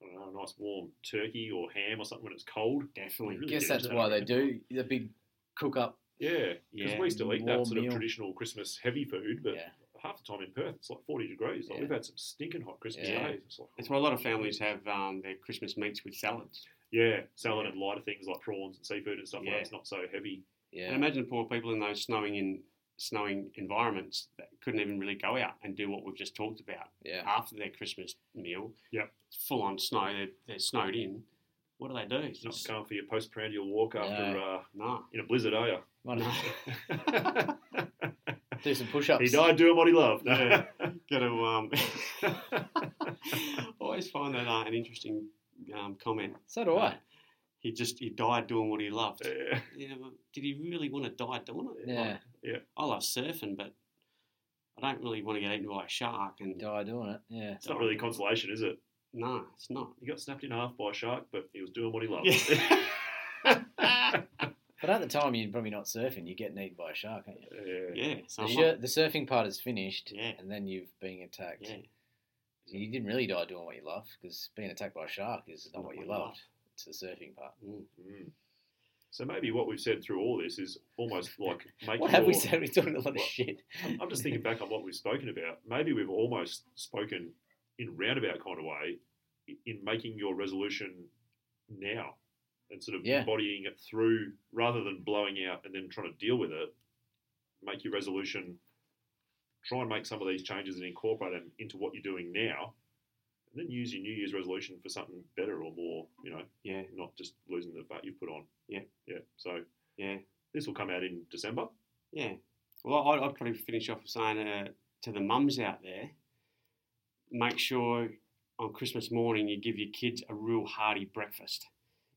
[SPEAKER 3] I don't know, a nice warm turkey or ham or something when it's cold.
[SPEAKER 1] Definitely.
[SPEAKER 3] Really
[SPEAKER 2] guess
[SPEAKER 3] get
[SPEAKER 2] that's
[SPEAKER 3] into
[SPEAKER 2] why they
[SPEAKER 3] that, don't
[SPEAKER 2] do the big cook up.
[SPEAKER 3] Yeah, because
[SPEAKER 1] Yeah.
[SPEAKER 3] we still eat that
[SPEAKER 2] warm
[SPEAKER 3] sort of
[SPEAKER 2] meal.
[SPEAKER 3] traditional Christmas heavy food, but
[SPEAKER 2] Yeah.
[SPEAKER 3] half the time in Perth it's like forty degrees. Like
[SPEAKER 2] Yeah.
[SPEAKER 3] we've had some stinking hot Christmas
[SPEAKER 2] Yeah.
[SPEAKER 3] days. It's like, oh,
[SPEAKER 1] That's why a lot of families have um, their Christmas meats with salads.
[SPEAKER 3] yeah, salad and lighter things like prawns and seafood and stuff like
[SPEAKER 1] Yeah.
[SPEAKER 3] that. It's not so heavy.
[SPEAKER 2] Yeah.
[SPEAKER 1] And imagine the poor people in those snowing in snowing environments that couldn't even really go out and do what we've just talked about
[SPEAKER 2] yeah.
[SPEAKER 1] after their Christmas meal.
[SPEAKER 3] Yep.
[SPEAKER 1] It's full on snow. They're, they're snowed in. What do they do?
[SPEAKER 3] It's not going for your postprandial walk after uh,
[SPEAKER 1] Nah.
[SPEAKER 3] in a blizzard, are you?
[SPEAKER 2] Might as well do some push
[SPEAKER 3] he
[SPEAKER 2] ups.
[SPEAKER 3] died doing what he loved.
[SPEAKER 1] Yeah. Got to um, always find that uh, an interesting um, comment.
[SPEAKER 2] So do I.
[SPEAKER 1] He just he died doing what he loved.
[SPEAKER 3] Yeah.
[SPEAKER 1] Yeah, well, did he really want to die doing it?
[SPEAKER 2] Yeah.
[SPEAKER 1] Like, I love surfing, but I don't really want to get eaten by a shark. And
[SPEAKER 2] Die doing it. Yeah.
[SPEAKER 3] It's not really consolation, is it?
[SPEAKER 1] no, it's not.
[SPEAKER 3] He got snapped in half by a shark, but he was doing what he loved.
[SPEAKER 1] Yeah.
[SPEAKER 3] yeah.
[SPEAKER 2] But at the time, you're probably not surfing. You're getting eaten by a shark, aren't you?
[SPEAKER 1] Yeah, so I'm
[SPEAKER 2] The,
[SPEAKER 3] Uh-huh.
[SPEAKER 2] shir-
[SPEAKER 1] like,
[SPEAKER 2] the surfing part is finished,
[SPEAKER 1] Yeah.
[SPEAKER 2] and then you've been attacked.
[SPEAKER 1] yeah,
[SPEAKER 2] So you didn't really die doing what you love because being attacked by a shark is not what you love. It's the surfing part.
[SPEAKER 1] Mm.
[SPEAKER 3] Mm. So maybe what we've said through all this is almost like make
[SPEAKER 2] What have we
[SPEAKER 3] your-
[SPEAKER 2] said? We're talking a lot of
[SPEAKER 3] Well,
[SPEAKER 2] shit.
[SPEAKER 3] I'm just thinking back on what we've spoken about. Maybe we've almost spoken in roundabout kind of way in making your resolution now and sort of
[SPEAKER 2] Yeah.
[SPEAKER 3] embodying it through rather than blowing out and then trying to deal with it. Make your resolution. Try and make some of these changes and incorporate them into what you're doing now, and then use your New Year's resolution for something better or more. You know,
[SPEAKER 1] Yeah,
[SPEAKER 3] not just losing the fat you put on.
[SPEAKER 1] Yeah.
[SPEAKER 3] yeah. So
[SPEAKER 1] yeah.
[SPEAKER 3] this will come out in December.
[SPEAKER 1] Yeah. Well, I'd, I'd probably finish off with saying uh, to the mums out there, make sure on Christmas morning you give your kids a real hearty breakfast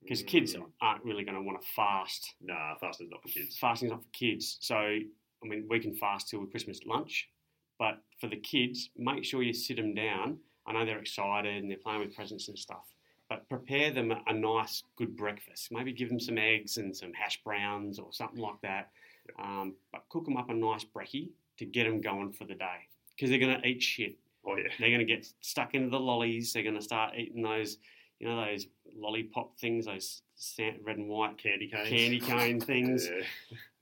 [SPEAKER 1] because kids
[SPEAKER 3] Mm,
[SPEAKER 1] aren't really going to want to fast.
[SPEAKER 3] nah, fasting's not for kids.
[SPEAKER 1] Fasting's not for kids. So, I mean, we can fast till Christmas lunch, but for the kids, make sure you sit them down. I know they're excited and they're playing with presents and stuff, but prepare them a, a nice, good breakfast. Maybe give them some eggs and some hash browns or something like that. Um, but cook them up a nice brekkie to get them going for the day because they're going to eat shit.
[SPEAKER 3] Oh yeah,
[SPEAKER 1] They're going to get stuck into the lollies. They're going to start eating those, you know, those lollipop things, those sa- red and white
[SPEAKER 3] candy canes.
[SPEAKER 1] candy cane things.
[SPEAKER 3] Yeah.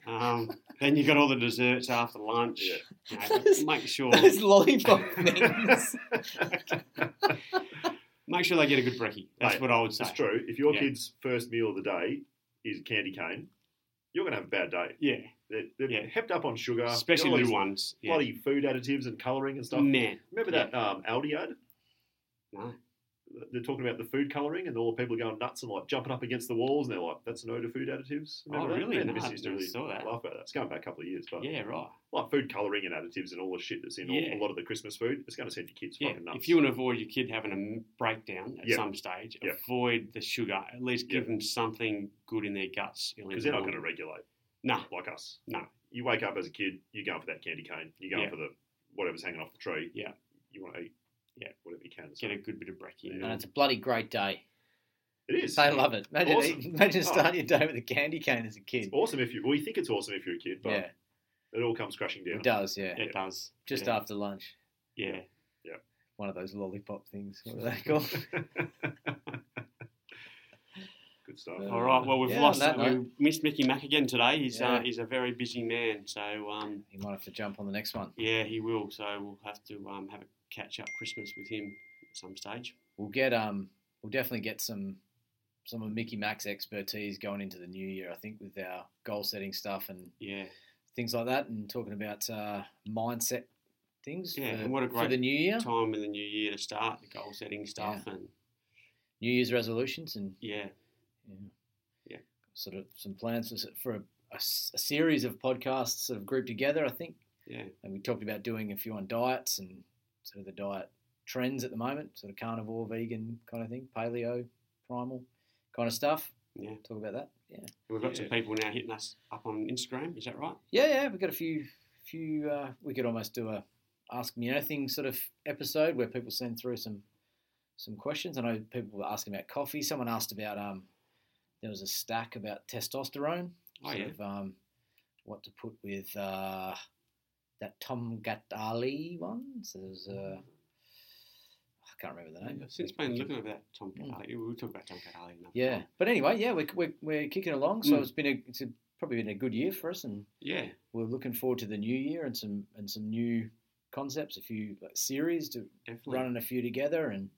[SPEAKER 1] Um, then you got all the desserts after lunch.
[SPEAKER 3] Yeah.
[SPEAKER 1] You know,
[SPEAKER 2] That is-
[SPEAKER 1] make sure
[SPEAKER 2] Those lollipop things.
[SPEAKER 1] make sure they get a good brekkie. That's
[SPEAKER 3] Mate,
[SPEAKER 1] what I would say.
[SPEAKER 3] It's true. If your
[SPEAKER 1] Yeah.
[SPEAKER 3] kid's first meal of the day is candy cane, you're going to have a bad day.
[SPEAKER 1] Yeah,
[SPEAKER 3] They're, they're
[SPEAKER 1] Yeah.
[SPEAKER 3] hepped up on sugar,
[SPEAKER 1] especially
[SPEAKER 3] all
[SPEAKER 1] little
[SPEAKER 3] these
[SPEAKER 1] ones. Yeah.
[SPEAKER 3] Bloody food additives and colouring and stuff.
[SPEAKER 1] Man,
[SPEAKER 3] Remember that um, Aldi ad?
[SPEAKER 1] no.
[SPEAKER 3] They're talking about the food colouring, and all the people are going nuts and like jumping up against the walls, and they're like, "That's no to food additives."
[SPEAKER 1] Oh,
[SPEAKER 3] Remember that?
[SPEAKER 1] really?
[SPEAKER 3] Man,
[SPEAKER 1] No,
[SPEAKER 3] the missus
[SPEAKER 1] I
[SPEAKER 3] used to
[SPEAKER 1] never
[SPEAKER 3] really
[SPEAKER 1] saw that.
[SPEAKER 3] Laugh about that. It's going back a couple of years, but
[SPEAKER 1] yeah, right.
[SPEAKER 3] like food colouring and additives and all the shit that's in
[SPEAKER 1] Yeah.
[SPEAKER 3] all, a lot of the Christmas food, it's going to send your kids
[SPEAKER 1] Yeah,
[SPEAKER 3] fucking nuts.
[SPEAKER 1] if you want to avoid your kid having a m- breakdown at
[SPEAKER 3] Yeah.
[SPEAKER 1] some stage,
[SPEAKER 3] Yeah.
[SPEAKER 1] avoid the sugar. At least give
[SPEAKER 3] Yeah.
[SPEAKER 1] them something good in their guts.
[SPEAKER 3] because they're not going to regulate
[SPEAKER 1] No,
[SPEAKER 3] like us.
[SPEAKER 1] No.
[SPEAKER 3] You wake up as a kid, you're going for that candy cane, you're going
[SPEAKER 1] Yeah.
[SPEAKER 3] for the whatever's hanging off the tree.
[SPEAKER 1] Yeah.
[SPEAKER 3] You want to eat
[SPEAKER 1] Yeah.
[SPEAKER 3] whatever you can. So
[SPEAKER 1] get a good bit of brekkie.
[SPEAKER 2] and it's a bloody great day.
[SPEAKER 3] it is.
[SPEAKER 2] They love it. Imagine,
[SPEAKER 3] Awesome.
[SPEAKER 2] imagine starting your day with a candy cane as a kid.
[SPEAKER 3] It's awesome if you, well, you think it's awesome if you're a kid, but
[SPEAKER 2] yeah,
[SPEAKER 3] it all comes crashing down.
[SPEAKER 2] it does. Yeah,
[SPEAKER 1] It does.
[SPEAKER 2] just
[SPEAKER 1] yeah.
[SPEAKER 2] after lunch,
[SPEAKER 1] Yeah.
[SPEAKER 2] one of those lollipop things. What are they called?
[SPEAKER 3] Good stuff.
[SPEAKER 2] Yeah.
[SPEAKER 1] All right. Well, we've
[SPEAKER 2] Yeah,
[SPEAKER 1] lost.
[SPEAKER 2] on that
[SPEAKER 1] We missed Mickey Mack again today. He's uh,
[SPEAKER 2] Yeah.
[SPEAKER 1] he's a very busy man. So um,
[SPEAKER 2] you might have to jump on the next one.
[SPEAKER 1] yeah, he will. So we'll have to um, have a catch up Christmas with him at some stage.
[SPEAKER 2] We'll get um, we'll definitely get some some of Mickey Mack's expertise going into the new year. I think with our goal setting stuff and
[SPEAKER 1] Yeah.
[SPEAKER 2] things like that, and talking about uh, mindset things.
[SPEAKER 1] Yeah,
[SPEAKER 2] for,
[SPEAKER 1] and what a
[SPEAKER 2] for
[SPEAKER 1] great
[SPEAKER 2] the new year,
[SPEAKER 1] Time in the new year to start the goal setting stuff and
[SPEAKER 2] New Year's resolutions, and
[SPEAKER 1] yeah,
[SPEAKER 2] Yeah.
[SPEAKER 1] Yeah.
[SPEAKER 2] Sort of some plans for, for a, a s- a series of podcasts sort of grouped together, I think.
[SPEAKER 1] yeah,
[SPEAKER 2] And we talked about doing a few on diets and sort of the diet trends at the moment, sort of carnivore, vegan kind of thing, paleo, primal kind of stuff.
[SPEAKER 1] yeah.
[SPEAKER 2] Talk about that. Yeah.
[SPEAKER 1] And we've got some
[SPEAKER 3] Yeah.
[SPEAKER 1] people now hitting us up on Instagram. Is that right?
[SPEAKER 2] Yeah, yeah. We've got a few, few, uh, we could almost do a Ask Me Anything sort of episode where people send through some, some questions. I know people were asking about coffee. Someone asked about, um, there was a stack about testosterone.
[SPEAKER 1] Oh
[SPEAKER 2] sort
[SPEAKER 1] yeah.
[SPEAKER 2] of um, what to put with uh, that Tom Gatali one. So there's a, uh, I can't remember the name.
[SPEAKER 1] Since been looking at that Tom Cadali, we'll talk about Tom uh, Cadali.
[SPEAKER 2] Yeah, but anyway, yeah, we're, we're, we're kicking along. So
[SPEAKER 1] Mm.
[SPEAKER 2] it's been a, it's a, probably been a good year for us, and
[SPEAKER 1] yeah,
[SPEAKER 2] we're looking forward to the new year and some and some new concepts, a few like, series to
[SPEAKER 1] definitely.
[SPEAKER 2] running a few together and.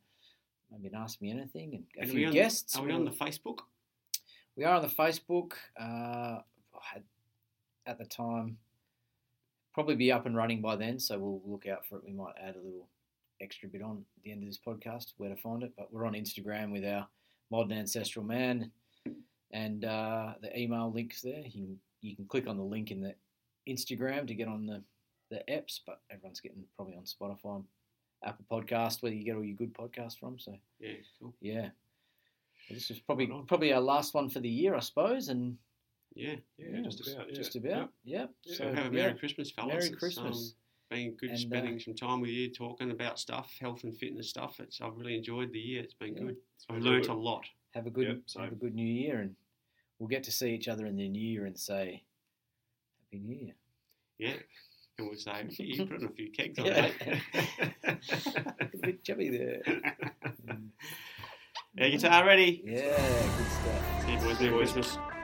[SPEAKER 2] I mean, ask me anything, and a
[SPEAKER 1] And are we
[SPEAKER 2] few
[SPEAKER 1] on-
[SPEAKER 2] guests.
[SPEAKER 1] Are we on the Facebook?
[SPEAKER 2] We are on the Facebook. Uh, at- at the time, probably be up and running by then, so we'll look out for it. We might add a little extra bit on at the end of this podcast where to find it. But we're on Instagram with our modern ancestral man, and uh, the email links there. You can, you can click on the link in the Instagram to get on the the apps. But everyone's getting probably on Spotify, and Apple Podcast, where you get all your good podcasts from. So
[SPEAKER 1] Yeah, cool.
[SPEAKER 2] yeah. Well, This was probably
[SPEAKER 3] Right on.
[SPEAKER 2] probably our last one for the year, I suppose, and
[SPEAKER 1] Yeah.
[SPEAKER 3] Yeah, just about. Yeah.
[SPEAKER 2] just about, yeah.
[SPEAKER 3] Yeah.
[SPEAKER 2] So,
[SPEAKER 1] Have a
[SPEAKER 2] yeah.
[SPEAKER 1] Merry Christmas, fellas.
[SPEAKER 2] Merry
[SPEAKER 1] It's,
[SPEAKER 2] Christmas.
[SPEAKER 1] um, been good
[SPEAKER 2] And, uh,
[SPEAKER 1] spending some time with you, talking about stuff, health and fitness stuff. It's I've really enjoyed the year. It's been
[SPEAKER 2] Yeah.
[SPEAKER 1] good.
[SPEAKER 3] It's
[SPEAKER 1] I've
[SPEAKER 3] been
[SPEAKER 1] learnt
[SPEAKER 3] good.
[SPEAKER 1] a lot.
[SPEAKER 2] Have a good,
[SPEAKER 3] Yep, same.
[SPEAKER 2] have a good New Year, and we'll get to see each other in the new year and say Happy New Year.
[SPEAKER 1] Yeah. And we'll say, "Gee, you put on a few kegs on
[SPEAKER 2] Yeah.
[SPEAKER 1] mate."
[SPEAKER 2] a bit chubby there. Mm.
[SPEAKER 1] Yeah, guitar ready.
[SPEAKER 2] Yeah, good stuff.
[SPEAKER 1] See you boys. Merry Christmas.